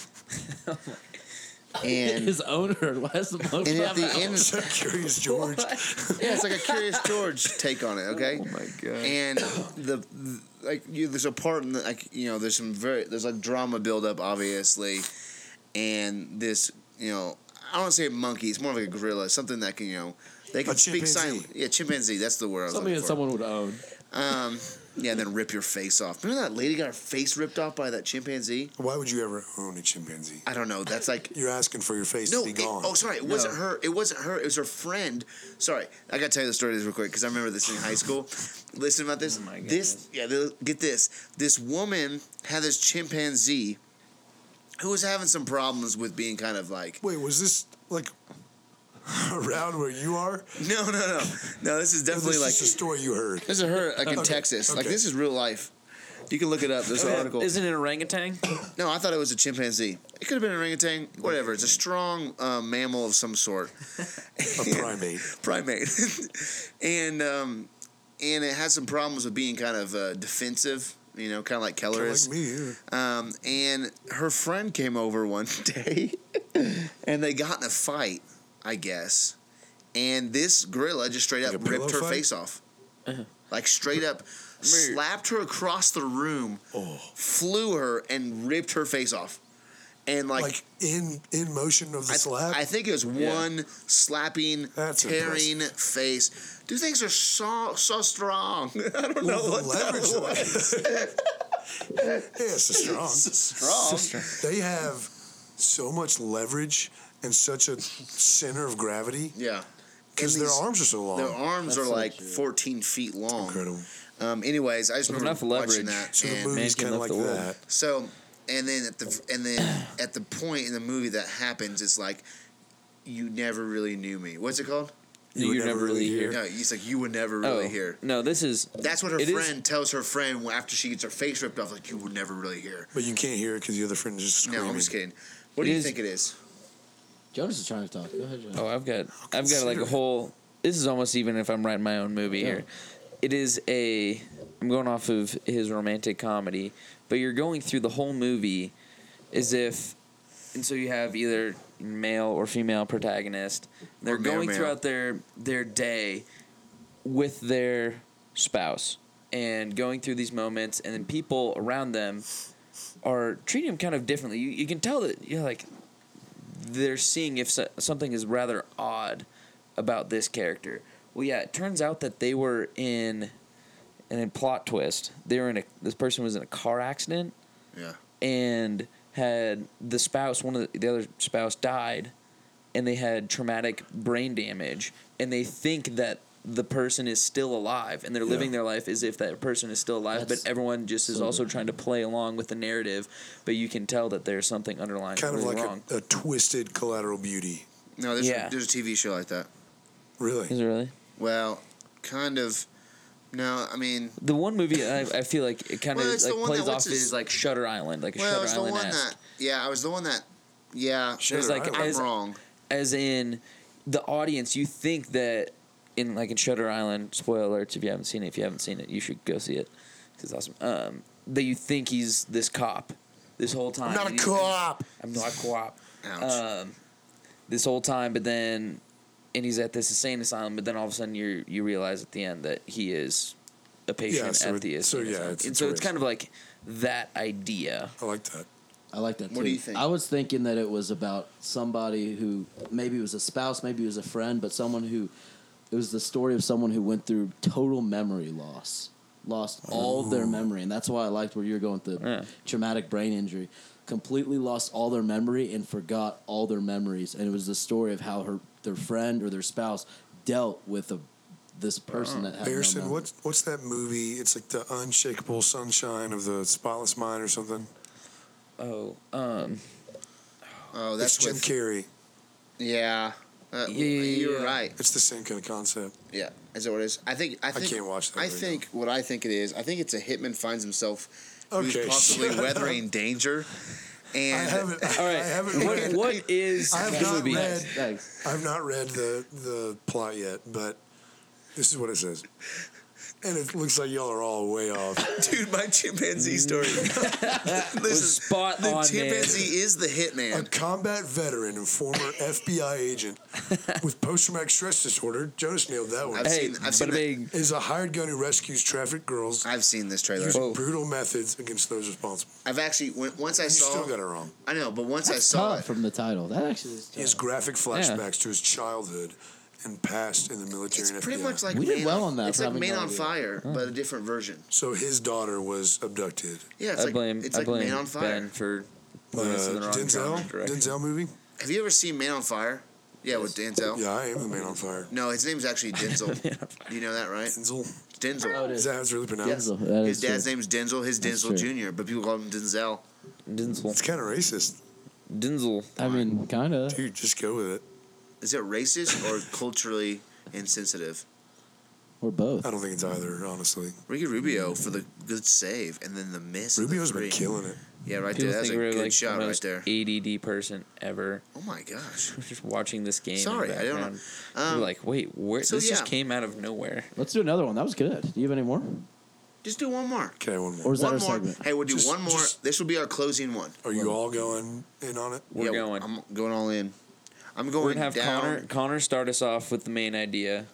Speaker 7: Oh
Speaker 3: and
Speaker 6: His owner last month.
Speaker 3: and at the end,
Speaker 5: So curious, George.
Speaker 3: yeah, it's like a Curious George take on it. Okay.
Speaker 7: Oh my god.
Speaker 3: and the like you, there's a part in the, like you know there's some very there's like drama build up obviously and this you know i don't want to say monkey it's more like a gorilla something that can you know they can speak
Speaker 5: chimpanzee.
Speaker 3: sign yeah chimpanzee that's the word I was
Speaker 6: Something
Speaker 3: looking
Speaker 6: that
Speaker 3: for.
Speaker 6: someone would own.
Speaker 3: um yeah and then rip your face off remember that lady got her face ripped off by that chimpanzee
Speaker 5: Why would you ever own a chimpanzee?
Speaker 3: i don't know that's like
Speaker 5: You're asking for your face
Speaker 3: no,
Speaker 5: to be
Speaker 3: it-
Speaker 5: gone.
Speaker 3: oh, sorry, it wasn't her. It wasn't her. It was her friend. Sorry, I gotta tell you the story of this real quick because I remember this in high school. Listen about this.
Speaker 7: Oh my
Speaker 3: this, yeah, th- get this. This woman had this chimpanzee who was having some problems with being kind of like
Speaker 5: Wait, was this like around where you are?
Speaker 3: no, no, no, no. This is
Speaker 5: Or
Speaker 3: definitely
Speaker 5: this
Speaker 3: like
Speaker 5: is a story you heard.
Speaker 3: this is her like in
Speaker 5: Okay,
Speaker 3: Texas. Like
Speaker 5: okay.
Speaker 3: this is real life. You can look it up. This article.
Speaker 7: Isn't it orangutan?
Speaker 3: No, I thought it was a chimpanzee. It could have been an orangutan. Whatever. It's a strong uh, mammal of some sort,
Speaker 5: A primate.
Speaker 3: primate, and um, and it had some problems with being kind of uh, defensive. You know, kind of like Keller
Speaker 5: Kinda
Speaker 3: is.
Speaker 5: like me. yeah.
Speaker 3: Um, and her friend came over one day, and they got in a fight, I guess. And this gorilla just straight up
Speaker 5: Like a
Speaker 3: ripped her
Speaker 5: pillow fight?
Speaker 3: face off, like straight up slapped her across the room,
Speaker 5: Oh.
Speaker 3: flew her, and ripped her face off. And like,
Speaker 5: Like, in in motion of the
Speaker 3: I, th-
Speaker 5: slap.
Speaker 3: I think it was one slapping,
Speaker 5: That's
Speaker 3: tearing face. Dude, things are so so strong. I don't know
Speaker 5: Well,
Speaker 3: what
Speaker 5: the
Speaker 3: that
Speaker 5: leverage
Speaker 3: was.
Speaker 5: yeah, it's a strong.
Speaker 3: Strong.
Speaker 5: They have so much leverage and such a center of gravity
Speaker 3: Yeah,
Speaker 5: because
Speaker 3: And
Speaker 5: their
Speaker 3: these-
Speaker 5: arms are so long.
Speaker 3: Their arms
Speaker 6: That's
Speaker 3: are
Speaker 6: so
Speaker 3: like
Speaker 6: cute.
Speaker 3: 14 feet long.
Speaker 5: Incredible.
Speaker 3: Um, anyways, I just
Speaker 7: With
Speaker 3: remember
Speaker 7: enough
Speaker 3: watching
Speaker 7: leverage.
Speaker 3: that.
Speaker 5: So the
Speaker 3: and
Speaker 5: movie's
Speaker 7: Man Can
Speaker 5: kind
Speaker 7: Lift
Speaker 5: of like
Speaker 7: the World.
Speaker 5: that.
Speaker 3: so, and then at the and then at the point in the movie that happens, it's like you never really knew me. What's it called?
Speaker 7: You were never really here.
Speaker 3: No, it's like you were never really here.
Speaker 7: No, this is
Speaker 3: That's what her
Speaker 7: Oh. It is-
Speaker 3: friend tells her friend after she gets her face ripped off. Like you were never really here.
Speaker 5: But you can't hear it because the other friend is just
Speaker 3: No,
Speaker 5: screaming.
Speaker 3: I'm just kidding. What
Speaker 7: It
Speaker 3: do you
Speaker 7: is-
Speaker 3: think it is?
Speaker 6: Jonas is trying to talk. Go ahead, Jonas.
Speaker 7: Oh, I've got I've got like
Speaker 5: consider
Speaker 7: a
Speaker 5: it.
Speaker 7: whole. This is almost even if I'm writing my own movie here. It is a. I'm going off of his romantic comedy, but you're going through the whole movie, as if, and so you have either male or female protagonist. They're
Speaker 3: Or male,
Speaker 7: going
Speaker 3: male.
Speaker 7: throughout their their day, with their spouse, and going through these moments, and then people around them are treating them kind of differently. You, you can tell that you're like they're seeing if so- something is rather odd about this character. Well, yeah, it turns out that they were in and in plot twist. They were in a this person was in a car accident.
Speaker 3: Yeah.
Speaker 7: And had the spouse one of the, the other spouse died and they had traumatic brain damage and they think that the person is still alive and they're living their life as if that person is still alive
Speaker 6: That's
Speaker 7: but everyone just is
Speaker 6: so
Speaker 7: also
Speaker 6: good.
Speaker 7: trying to play along with the narrative but you can tell that there's something underlying
Speaker 5: Kind of
Speaker 7: really
Speaker 5: like
Speaker 7: wrong.
Speaker 5: a, a twisted collateral beauty.
Speaker 3: No, there's
Speaker 7: Yeah.
Speaker 3: a, there's a TV show like that.
Speaker 5: Really?
Speaker 7: is it really?
Speaker 3: Well, kind of. No, I mean,
Speaker 7: The one movie I, I feel like it kind of
Speaker 3: Well, it's
Speaker 7: like
Speaker 3: the one
Speaker 7: plays
Speaker 3: that-
Speaker 7: off
Speaker 3: what's his-
Speaker 7: as like Shutter Island, like a
Speaker 3: well, it's
Speaker 7: Shutter
Speaker 3: the one
Speaker 7: Island
Speaker 3: that. Yeah, I was the one that. Yeah,
Speaker 5: Shutter
Speaker 7: There's, like,
Speaker 5: Island.
Speaker 3: I'm
Speaker 7: as-
Speaker 3: wrong.
Speaker 7: as in the audience. You think that in like in Shutter Island, spoiler alerts if you haven't seen it. If you haven't seen it, you should go see it. 'cause It's awesome. Um, that you think he's this cop this whole time.
Speaker 5: I'm not
Speaker 7: and
Speaker 5: a
Speaker 7: you-
Speaker 5: co-op.
Speaker 7: I'm not a cop.
Speaker 3: Ouch.
Speaker 7: Um, this whole time, but then, and he's at this insane asylum. But then all of a sudden, you you realize at the end that he is a patient
Speaker 5: Yeah, so
Speaker 7: at the
Speaker 5: it- so
Speaker 7: insane
Speaker 5: yeah,
Speaker 7: asylum.
Speaker 5: it's-
Speaker 7: And
Speaker 5: it's
Speaker 7: so it's
Speaker 5: weird.
Speaker 7: kind of like that idea.
Speaker 5: I like that.
Speaker 6: I like that.
Speaker 3: What
Speaker 6: too.
Speaker 3: do you think?
Speaker 6: I was thinking that it was about somebody who maybe was a spouse, maybe was a friend, but someone who it was the story of someone who went through total memory loss, lost all their memory, and that's why I liked where you were going with the
Speaker 7: Yeah.
Speaker 6: traumatic brain injury. Completely lost all their memory and forgot all their memories, and it was the story of how her their friend or their spouse dealt with a, this person that had
Speaker 5: Bearson,
Speaker 6: no memory.
Speaker 5: what's what's that movie? It's like the unshakable sunshine of the spotless mind or something.
Speaker 7: Oh, um,
Speaker 3: Oh, that's
Speaker 5: it's Jim
Speaker 3: with,
Speaker 5: Carrey.
Speaker 3: Yeah. Uh,
Speaker 7: Yeah, yeah,
Speaker 3: you're
Speaker 7: yeah.
Speaker 3: right.
Speaker 5: It's the same kind of concept.
Speaker 3: Yeah, is that what it is? I think I
Speaker 5: I
Speaker 3: think I,
Speaker 5: can't watch that. right now.
Speaker 3: think what I think it is. I think it's a hitman finds himself
Speaker 5: Okay,
Speaker 3: who's possibly
Speaker 5: shut up.
Speaker 3: weathering danger,
Speaker 5: I
Speaker 3: and
Speaker 5: haven't.
Speaker 7: all right.
Speaker 5: I haven't.
Speaker 7: what,
Speaker 5: read,
Speaker 7: what is
Speaker 5: I have
Speaker 7: the
Speaker 5: not
Speaker 7: movie?
Speaker 5: read-
Speaker 6: Thanks.
Speaker 5: I've not read the the plot yet, but this is what it says. And it looks like y'all are all way off.
Speaker 3: dude, my chimpanzee story. this
Speaker 7: Was spot
Speaker 3: the
Speaker 7: on, man.
Speaker 3: chimpanzee is the
Speaker 5: A
Speaker 3: hitman.
Speaker 5: combat veteran and former FBI agent with post-traumatic stress disorder, Jonas nailed that one,
Speaker 3: I've
Speaker 7: Hey,
Speaker 3: seen- I've seen
Speaker 7: bada bing.
Speaker 5: is a hired gun who rescues trafficked girls
Speaker 3: I've seen this trailer.
Speaker 5: using
Speaker 7: Whoa.
Speaker 5: brutal methods against those responsible.
Speaker 3: I've actually when, once I
Speaker 5: You
Speaker 3: saw.
Speaker 5: still got it wrong.
Speaker 3: I know, but once I
Speaker 6: That's
Speaker 3: saw
Speaker 6: tough
Speaker 3: it,
Speaker 6: from the title. That actually is
Speaker 5: He has
Speaker 6: tough.
Speaker 5: graphic flashbacks to his childhood and past in the military
Speaker 3: it's
Speaker 5: and
Speaker 3: pretty
Speaker 5: FBI.
Speaker 3: much like
Speaker 6: We did
Speaker 3: Man
Speaker 6: well on that
Speaker 3: It's
Speaker 6: for
Speaker 3: like
Speaker 6: having
Speaker 3: Man
Speaker 6: no
Speaker 3: on
Speaker 6: idea.
Speaker 3: Fire, but a different version.
Speaker 5: so his daughter was abducted.
Speaker 3: Yeah, it's
Speaker 7: I
Speaker 3: like
Speaker 7: blame.
Speaker 3: it's
Speaker 7: I
Speaker 3: like
Speaker 7: blame
Speaker 3: Man on Fire.
Speaker 7: Ben for
Speaker 5: Uh,
Speaker 7: leading us in the wrong
Speaker 5: Denzel,
Speaker 7: genre direction.
Speaker 5: Denzel movie.
Speaker 3: Have you ever seen Man on Fire? Yeah, with Denzel.
Speaker 5: Yeah, I am the man on fire.
Speaker 3: No, his name's actually Denzel. you know that, right?
Speaker 5: Denzel.
Speaker 3: Denzel.
Speaker 6: Oh, it
Speaker 5: Is
Speaker 6: is.
Speaker 5: that how it's really
Speaker 3: Yes.
Speaker 5: pronounced?
Speaker 6: Denzel, that
Speaker 3: His
Speaker 6: is
Speaker 3: dad's
Speaker 6: true.
Speaker 3: name's Denzel. His
Speaker 6: That's
Speaker 3: Denzel Jr., but people call him Denzel.
Speaker 5: It's
Speaker 7: Denzel.
Speaker 5: kind of racist.
Speaker 7: Denzel.
Speaker 6: I mean, kind of.
Speaker 5: Dude, just go with it.
Speaker 3: Is it racist or culturally insensitive?
Speaker 6: or
Speaker 3: Oh,
Speaker 6: both.
Speaker 5: I don't think it's either, honestly.
Speaker 3: Ricky Rubio for the good save and then the miss. of the
Speaker 5: Rubio's
Speaker 3: three.
Speaker 5: been killing it.
Speaker 3: Yeah, right
Speaker 7: People
Speaker 3: there. That's a
Speaker 7: think we're
Speaker 3: good
Speaker 7: like
Speaker 3: shot
Speaker 7: the
Speaker 3: right
Speaker 7: most
Speaker 3: there.
Speaker 7: ADD person ever.
Speaker 3: Oh my gosh.
Speaker 7: Just watching this game. in the
Speaker 3: Sorry, I don't know.
Speaker 7: background. You're
Speaker 3: Um,
Speaker 7: like, wait, where?
Speaker 3: so
Speaker 7: this just
Speaker 3: yeah.
Speaker 7: came out of nowhere.
Speaker 6: Let's do another one. That was good. Do you have any more?
Speaker 3: Just do one more.
Speaker 5: Okay, one more.
Speaker 6: Or is
Speaker 3: one
Speaker 6: that a
Speaker 3: more.
Speaker 6: segment?
Speaker 3: Hey, we'll do
Speaker 5: Just-
Speaker 3: one more.
Speaker 5: just-
Speaker 3: this will be our closing one.
Speaker 5: Are you all going in on it?
Speaker 7: We're
Speaker 3: Yeah,
Speaker 7: going.
Speaker 3: I'm going all in. I'm
Speaker 7: We're
Speaker 3: going
Speaker 7: gonna have
Speaker 3: down.
Speaker 7: Connor Connor start us off with the main idea,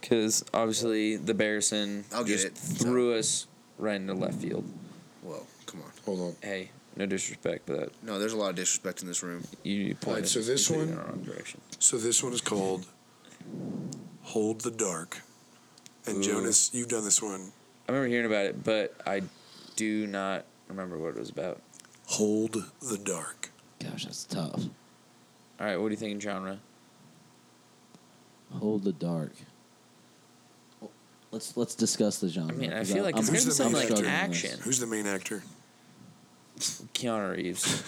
Speaker 7: because obviously the Bearson
Speaker 3: I'll get
Speaker 7: just
Speaker 3: it.
Speaker 7: threw us right into left field.
Speaker 3: Whoa, come on.
Speaker 8: Hold on.
Speaker 7: Hey, no disrespect, but
Speaker 3: No, there's a lot of disrespect in this room.
Speaker 7: you pointed
Speaker 8: so
Speaker 7: us
Speaker 8: this
Speaker 7: completely
Speaker 8: one-
Speaker 7: in the wrong direction.
Speaker 5: So this one is called Hold the Dark. And Jonas, you've done this one.
Speaker 7: I remember hearing about it, but I do not remember what it was about.
Speaker 5: Hold the Dark.
Speaker 6: Gosh, that's tough.
Speaker 7: All right, what do you think in genre?
Speaker 6: Hold the dark. Let's let's discuss the genre.
Speaker 7: I mean, I
Speaker 6: 'cause
Speaker 7: feel like it's
Speaker 5: Who's
Speaker 7: going to
Speaker 5: the
Speaker 7: sound
Speaker 5: main
Speaker 7: like
Speaker 5: actor?
Speaker 7: action.
Speaker 5: Who's the main actor?
Speaker 7: Keanu Reeves.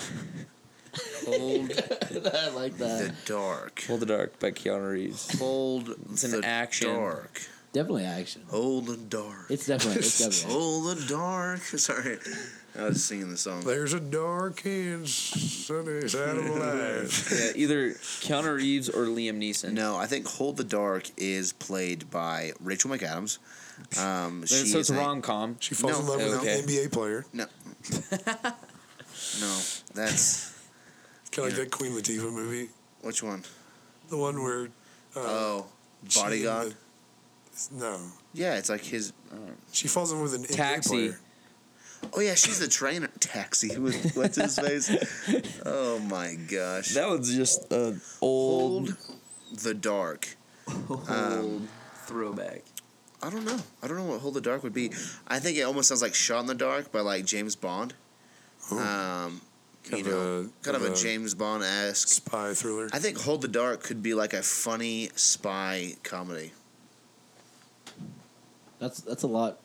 Speaker 3: Hold
Speaker 6: I like
Speaker 3: the
Speaker 6: that.
Speaker 3: dark.
Speaker 7: Hold the Dark by Keanu Reeves.
Speaker 3: Hold
Speaker 7: It's an
Speaker 3: the
Speaker 7: action.
Speaker 3: dark.
Speaker 6: Definitely action.
Speaker 3: Hold the dark.
Speaker 6: It's definitely it's definitely. action.
Speaker 3: Hold the dark. Sorry, I was singing the song.
Speaker 5: There's a dark and sunny side of life.
Speaker 7: Yeah, either Keanu Reeves or Liam Neeson.
Speaker 3: No, I think Hold the Dark is played by Rachel McAdams. Um, she
Speaker 7: so
Speaker 3: is
Speaker 7: it's
Speaker 3: a-
Speaker 7: rom com.
Speaker 5: She falls
Speaker 3: No.
Speaker 5: in love with
Speaker 7: Okay.
Speaker 5: an NBA player,
Speaker 3: No, that's
Speaker 5: kind of
Speaker 3: Yeah.
Speaker 5: like that Queen Latifah movie,
Speaker 3: which one?
Speaker 5: the one where. Uh,
Speaker 3: Oh,
Speaker 5: she-
Speaker 3: Bodyguard.
Speaker 5: no,
Speaker 3: Yeah, it's like his.
Speaker 5: she falls in with an NBA
Speaker 7: Taxi.
Speaker 5: player.
Speaker 3: Oh yeah, she's the trainer. Taxi. with- What's his face? Oh my gosh.
Speaker 7: That was just an old,
Speaker 3: Hold the Dark.
Speaker 7: old
Speaker 3: Um,
Speaker 7: throwback.
Speaker 3: I don't know. I don't know what Hold the Dark would be. I think it almost sounds like Shot in the Dark by like James Bond.
Speaker 5: Ooh.
Speaker 3: Um,
Speaker 5: Kind
Speaker 3: you know,
Speaker 5: of a-
Speaker 3: kind of
Speaker 5: of
Speaker 3: a
Speaker 5: a-
Speaker 3: James Bond esque.
Speaker 5: spy thriller.
Speaker 3: I think Hold the Dark could be like a funny spy comedy.
Speaker 6: That's that's a lot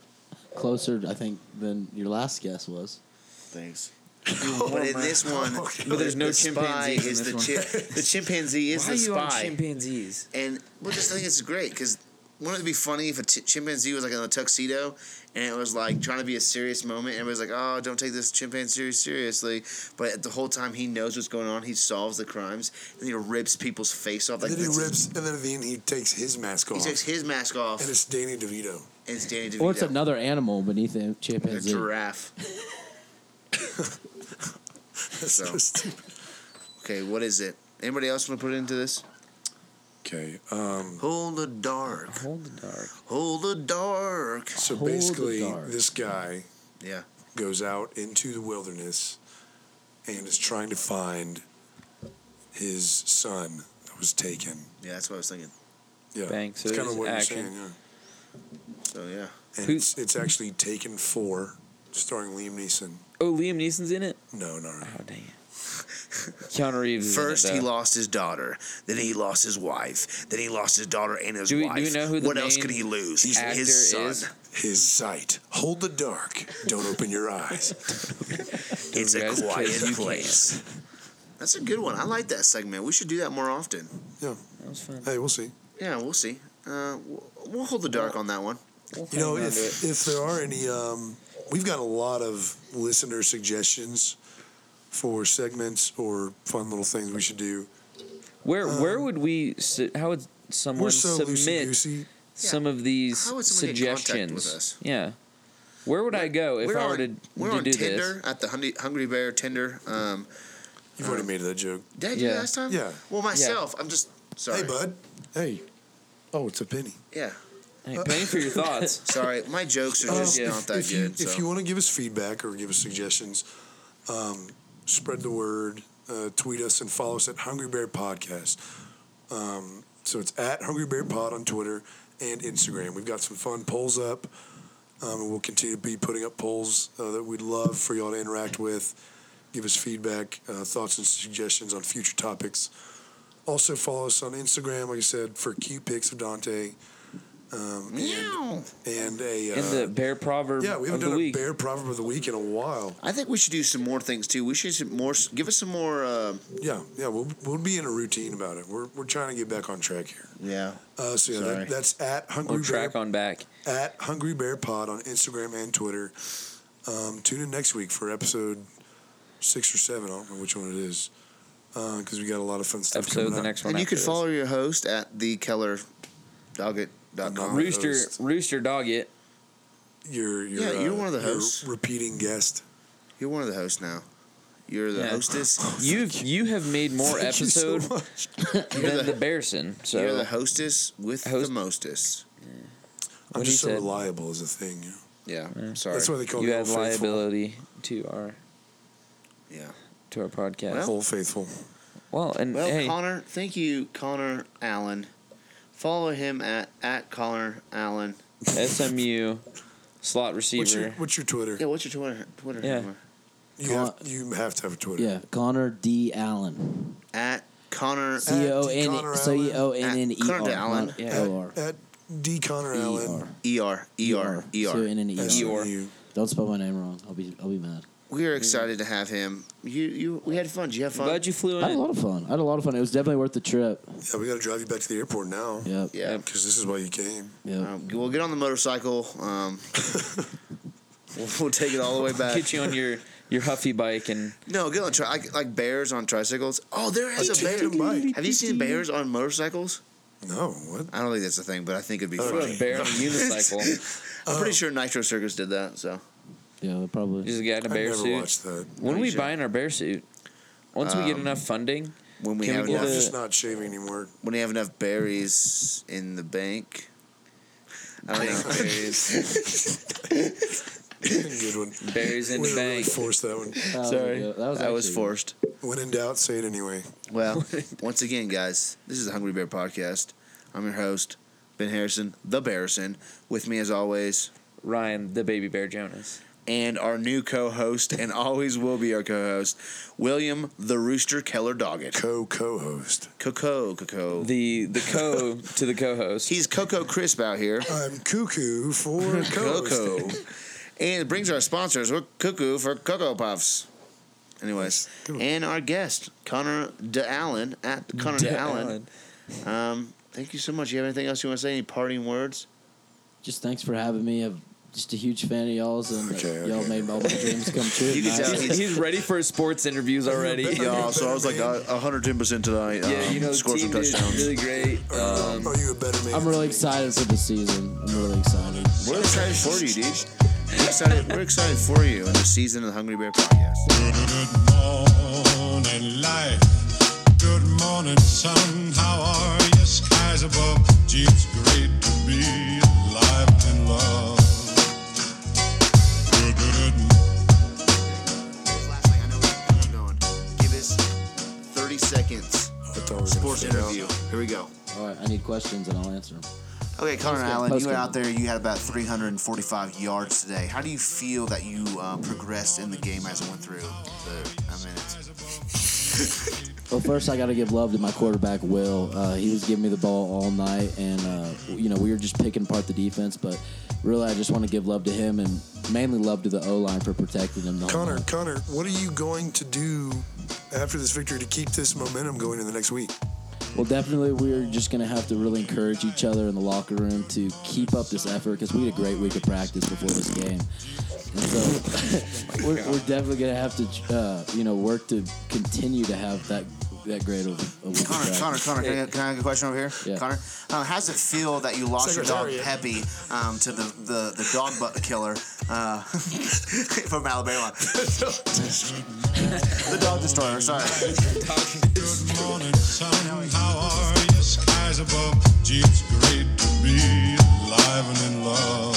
Speaker 6: closer, I think, than your last guess was.
Speaker 3: Thanks. But in this one,
Speaker 7: But there's no
Speaker 3: the spy
Speaker 7: chimpanzees in
Speaker 3: is the
Speaker 7: this
Speaker 3: chi- the chimpanzee is
Speaker 7: Why are
Speaker 3: the
Speaker 7: you on
Speaker 3: spy,
Speaker 7: chimpanzees?
Speaker 3: and well, just think it's great because wouldn't it be funny if a t- chimpanzee was like in a tuxedo and it was like trying to be a serious moment and everybody's like, oh, don't take this chimpanzee seriously, but the whole time he knows what's going on, he solves the crimes, and he rips people's face off. Like
Speaker 5: and then
Speaker 3: that's
Speaker 5: he
Speaker 3: his-
Speaker 5: rips, and then at the end he takes his mask
Speaker 3: he
Speaker 5: off,
Speaker 3: takes his mask off,
Speaker 5: and
Speaker 3: and
Speaker 5: it's Danny DeVito.
Speaker 3: it's Danny DeVito.
Speaker 6: Or it's another animal beneath the
Speaker 3: a
Speaker 6: chimpanzee.
Speaker 3: giraffe.
Speaker 5: That's
Speaker 3: So.
Speaker 5: so stupid.
Speaker 3: Okay, what is it? Anybody else want to put into this?
Speaker 5: Okay, um,
Speaker 3: Hold the dark.
Speaker 7: Hold the dark.
Speaker 3: Hold the dark.
Speaker 5: so
Speaker 6: Hold the
Speaker 5: basically,
Speaker 6: dark.
Speaker 5: this guy
Speaker 3: Yeah.
Speaker 5: goes out into the wilderness and is trying to find his son that was taken.
Speaker 3: Yeah, that's what I was thinking.
Speaker 5: Yeah,
Speaker 7: Bang, so
Speaker 5: it's kind
Speaker 7: there's
Speaker 5: of what
Speaker 7: action.
Speaker 5: you're saying. Yeah.
Speaker 3: So yeah.
Speaker 5: And
Speaker 7: Who-
Speaker 5: it's, it's actually Taken Four, starring Liam Neeson.
Speaker 7: Oh, Liam Neeson's in it.
Speaker 5: No, no, no.
Speaker 7: Oh dang it. Keanu Reeves. is in it,
Speaker 3: First, he
Speaker 7: though.
Speaker 3: lost his daughter. Then he lost his wife. Then he lost his daughter and his
Speaker 7: Do we- do
Speaker 3: wife.
Speaker 7: we know who the
Speaker 3: what else
Speaker 7: main
Speaker 3: could he lose? He's
Speaker 7: actor
Speaker 3: his son.
Speaker 7: is?
Speaker 5: His sight. Hold the dark. Don't open your eyes.
Speaker 3: It's a
Speaker 7: Guys,
Speaker 3: quiet
Speaker 7: kids, you
Speaker 3: place. That's a good one. I like that segment. We should do that more often.
Speaker 7: That was fun.
Speaker 5: Hey, we'll see.
Speaker 3: Yeah, we'll see. Uh, we'll- we'll hold the dark on that one.
Speaker 7: We'll
Speaker 5: You know,
Speaker 7: hang on to
Speaker 5: if, if there are any, um, we've got a lot of listener suggestions for segments or fun little things we should do.
Speaker 7: it. where
Speaker 3: Um,
Speaker 7: where would we? su- How would
Speaker 5: We're
Speaker 7: someone
Speaker 5: so loosey
Speaker 7: submit
Speaker 5: goosey.
Speaker 7: some of these
Speaker 3: How would someone get in
Speaker 7: suggestions?
Speaker 3: contact with us?
Speaker 7: Yeah. Where would I go if
Speaker 3: we're
Speaker 7: I were
Speaker 3: on,
Speaker 7: to,
Speaker 3: we're
Speaker 7: to
Speaker 3: on
Speaker 7: do
Speaker 3: Tinder
Speaker 7: this?
Speaker 3: at the Hungry, Hungry Bear Tinder. Um,
Speaker 5: You've already made that joke.
Speaker 3: did I do that
Speaker 7: Yeah.
Speaker 3: last time?
Speaker 5: Yeah.
Speaker 3: Well, myself. I'm just sorry.
Speaker 5: Hey, bud. Hey. Oh, it's a penny.
Speaker 3: Yeah. Uh,
Speaker 7: Hey, paying for your thoughts.
Speaker 3: Sorry, my jokes are
Speaker 5: Um,
Speaker 3: just not that
Speaker 5: if you,
Speaker 3: good. so.
Speaker 5: If you want to give us feedback or give us suggestions, um, spread the word, uh, tweet us, and follow us at Hungry Bear Podcast. Um, so it's at Hungry Bear Pod on Twitter and Instagram. We've got some fun polls up, um, and we'll continue to be putting up polls uh, that we'd love for y'all to interact with. Give us feedback, uh, thoughts, and suggestions on future topics. Also, follow us on Instagram, like I said, for cute pics of Dante um, and, and a uh,
Speaker 7: in the bear proverb
Speaker 5: yeah, we
Speaker 7: of
Speaker 5: haven't
Speaker 7: the
Speaker 5: done a
Speaker 7: week.
Speaker 5: bear proverb of the week in a while.
Speaker 3: I think we should do some more things too. We should some more. Give us some more. Uh,
Speaker 5: Yeah, yeah, we'll we'll be in a routine about it. We're we're trying to get back on track here.
Speaker 3: yeah.
Speaker 5: Uh, so yeah,
Speaker 3: Sorry.
Speaker 5: that, that's at hungry
Speaker 7: We'll
Speaker 5: bear,
Speaker 7: track on back.
Speaker 5: at hungry bear pod on Instagram and Twitter. Um, tune in next week for episode six or seven. I don't know which one it is because we got a lot of fun stuff.
Speaker 7: Episode
Speaker 5: coming
Speaker 7: the
Speaker 5: up.
Speaker 7: next one.
Speaker 3: And you
Speaker 7: after
Speaker 3: could
Speaker 7: this.
Speaker 3: follow your host at the Keller
Speaker 5: Not-
Speaker 7: Rooster
Speaker 5: host.
Speaker 7: Rooster Dog it.
Speaker 5: You're, you're
Speaker 3: Yeah, you're one of the
Speaker 5: your
Speaker 3: hosts.
Speaker 5: repeating guest.
Speaker 3: You're one of the hosts now. You're the
Speaker 7: Yeah.
Speaker 3: hostess.
Speaker 7: You've you have made more
Speaker 5: Thank you so
Speaker 7: episode
Speaker 5: much.
Speaker 7: than the Bearson.
Speaker 3: You're the
Speaker 7: So
Speaker 3: hostess with
Speaker 7: Host-
Speaker 3: the mostest.
Speaker 5: I'm
Speaker 7: What he
Speaker 5: just so
Speaker 7: said.
Speaker 5: reliable is a thing. You know?
Speaker 3: Yeah. Sorry.
Speaker 5: That's why they call
Speaker 7: you
Speaker 5: me
Speaker 7: add
Speaker 5: Old Faithful.
Speaker 7: liability to our
Speaker 3: Yeah.
Speaker 7: to our podcast.
Speaker 3: Well-
Speaker 7: Well,
Speaker 5: Old Faithful.
Speaker 7: and
Speaker 3: Well,
Speaker 7: hey,
Speaker 3: Connor, thank you, Connor Allen. Follow him at at Connor Allen.
Speaker 7: SMU slot
Speaker 5: What's your,
Speaker 7: receiver.
Speaker 5: what's your Twitter?
Speaker 3: Yeah. What's your Twitter Twitter
Speaker 7: Yeah.
Speaker 3: handle?
Speaker 5: You
Speaker 3: Uh,
Speaker 5: have, you have to have a Twitter.
Speaker 6: Yeah, Connor D. Allen.
Speaker 3: At Connor.
Speaker 5: At
Speaker 6: C O
Speaker 5: Connor
Speaker 6: N E, C O N N E
Speaker 3: At
Speaker 6: R.
Speaker 3: Connor D. Allen.
Speaker 6: not
Speaker 7: Yeah.
Speaker 5: At,
Speaker 6: O R.
Speaker 5: at D Connor Allen.
Speaker 3: E R E R E
Speaker 6: C O
Speaker 3: R.
Speaker 6: N N
Speaker 5: S
Speaker 6: E R.
Speaker 5: M
Speaker 7: Eeyore.
Speaker 5: U.
Speaker 6: Don't spell my name wrong. I'll be I'll be mad.
Speaker 3: We are excited to have him. You you we had fun. Did you have fun?
Speaker 7: Glad you flew
Speaker 6: I had a
Speaker 7: in.
Speaker 6: lot of fun. I had a lot of fun. It was definitely worth the trip.
Speaker 5: Yeah, we got to drive you back to the airport now.
Speaker 6: Yep.
Speaker 3: yeah.
Speaker 7: Yep.
Speaker 5: Because this is why you came.
Speaker 6: Yep.
Speaker 3: Um, we'll get on the motorcycle. Um, we'll, we'll take it all the way back.
Speaker 7: Get you on your your huffy bike and
Speaker 3: No, get on tri- like, like bears on tricycles. Oh, there is a bear.
Speaker 5: Take a bike.
Speaker 3: Have you seen bears on motorcycles?
Speaker 5: No, what?
Speaker 3: I don't think that's a thing, but I think it'd be
Speaker 7: put
Speaker 3: funny.
Speaker 7: a bear Oh. on a unicycle.
Speaker 3: I'm pretty sure Nitro Circus did that. So
Speaker 6: Yeah, probably.
Speaker 7: Just a guy in a
Speaker 5: I
Speaker 7: bear
Speaker 5: never
Speaker 7: suit.
Speaker 5: watched that.
Speaker 7: When are we
Speaker 3: Sure.
Speaker 7: buying our bear suit? Once we get enough funding,
Speaker 3: when we
Speaker 7: Can we
Speaker 3: have
Speaker 7: get
Speaker 5: Well,
Speaker 3: enough,
Speaker 5: I'm
Speaker 7: a-
Speaker 5: just not shaving anymore.
Speaker 3: when we have enough berries in the bank. I don't know berries.
Speaker 5: Good one.
Speaker 7: berries in
Speaker 5: We
Speaker 7: the
Speaker 5: really
Speaker 7: bank.
Speaker 5: forced that one.
Speaker 6: Sorry, that was
Speaker 3: That was
Speaker 6: actually-
Speaker 3: forced.
Speaker 5: When in doubt, say it anyway.
Speaker 3: Well, once again, guys, this is the Hungry Bear Podcast. I'm your host, Ben Harrison, the Bearson. With me, as always,
Speaker 7: Ryan, the baby bear Jonas.
Speaker 3: and our new co-host, and always will be our co-host, William the Rooster Keller Doggett.
Speaker 5: Co co host.
Speaker 3: Coco, Coco.
Speaker 7: The the co to the co-host.
Speaker 3: He's Coco Crisp out here.
Speaker 5: I'm cuckoo for co
Speaker 3: Coco. and it brings our sponsors. We're cuckoo for Cocoa Puffs. Anyways,
Speaker 5: Good one.
Speaker 3: and our guest, Connor DeAllen, at Connor DeAllen. Um, thank you so much. You have anything else you want to say? Any parting words?
Speaker 6: Just thanks for having me. I'm just a huge fan of y'all's, and
Speaker 5: Okay,
Speaker 6: y'all
Speaker 5: okay.
Speaker 6: made all my dreams come true.
Speaker 3: You can
Speaker 6: tonight.
Speaker 3: tell
Speaker 7: He's, he's ready for his sports interviews already.
Speaker 5: Yeah, so I was like, uh,
Speaker 3: 110% tonight. um,
Speaker 7: Yeah, you know, the team did really great.
Speaker 5: uh,
Speaker 7: Um,
Speaker 5: Are Oh, you a better man?
Speaker 6: I'm
Speaker 5: than
Speaker 6: really
Speaker 5: me?
Speaker 6: excited for the season. I'm really excited.
Speaker 3: We're excited for you, dude. We're excited, we're excited for you in the season of the Hungry Bear Podcast.
Speaker 2: Good morning, life. Good morning, sun. How are you, skies above? Gee, it's great to be alive and love. Good, good
Speaker 3: Last thing, I know where I'm going. Give us 30 seconds.
Speaker 5: I thought we were gonna
Speaker 3: Sports
Speaker 5: figure out.
Speaker 3: interview. Here we go.
Speaker 6: All right, I need questions, and I'll answer them.
Speaker 3: Okay, Connor Allen,
Speaker 6: Let's
Speaker 3: you were
Speaker 6: go.
Speaker 3: out there. You had about 345 yards today. How do you feel that you uh, progressed in the game as it went through the uh, minutes?
Speaker 6: Well, first I got to give love to my quarterback Will. Uh, he was giving me the ball all night, and uh, you know we were just picking apart the defense. But really, I just want to give love to him, and mainly love to the O line for protecting him. the whole
Speaker 5: Connor,
Speaker 6: night.
Speaker 5: Connor, what are you going to do after this victory to keep this momentum going in the next week?
Speaker 6: Well, definitely, we're just gonna have to really encourage each other in the locker room to keep up this effort because we had a great week of practice before this game, and so we're, we're definitely gonna have to, uh, you know, work to continue to have that that great of a week. of
Speaker 3: Connor,
Speaker 6: practice.
Speaker 3: Connor, Connor, can I, can I have a question over here?
Speaker 6: Yeah.
Speaker 3: Connor, uh, how does it feel that you lost your
Speaker 5: Secretariat.
Speaker 3: dog Peppy um, to the, the, the dog butt killer uh, from Alabama? the dog destroyer, sorry.
Speaker 2: Good morning, sun. How are you, skies above? Gee, it's great to be alive and in love.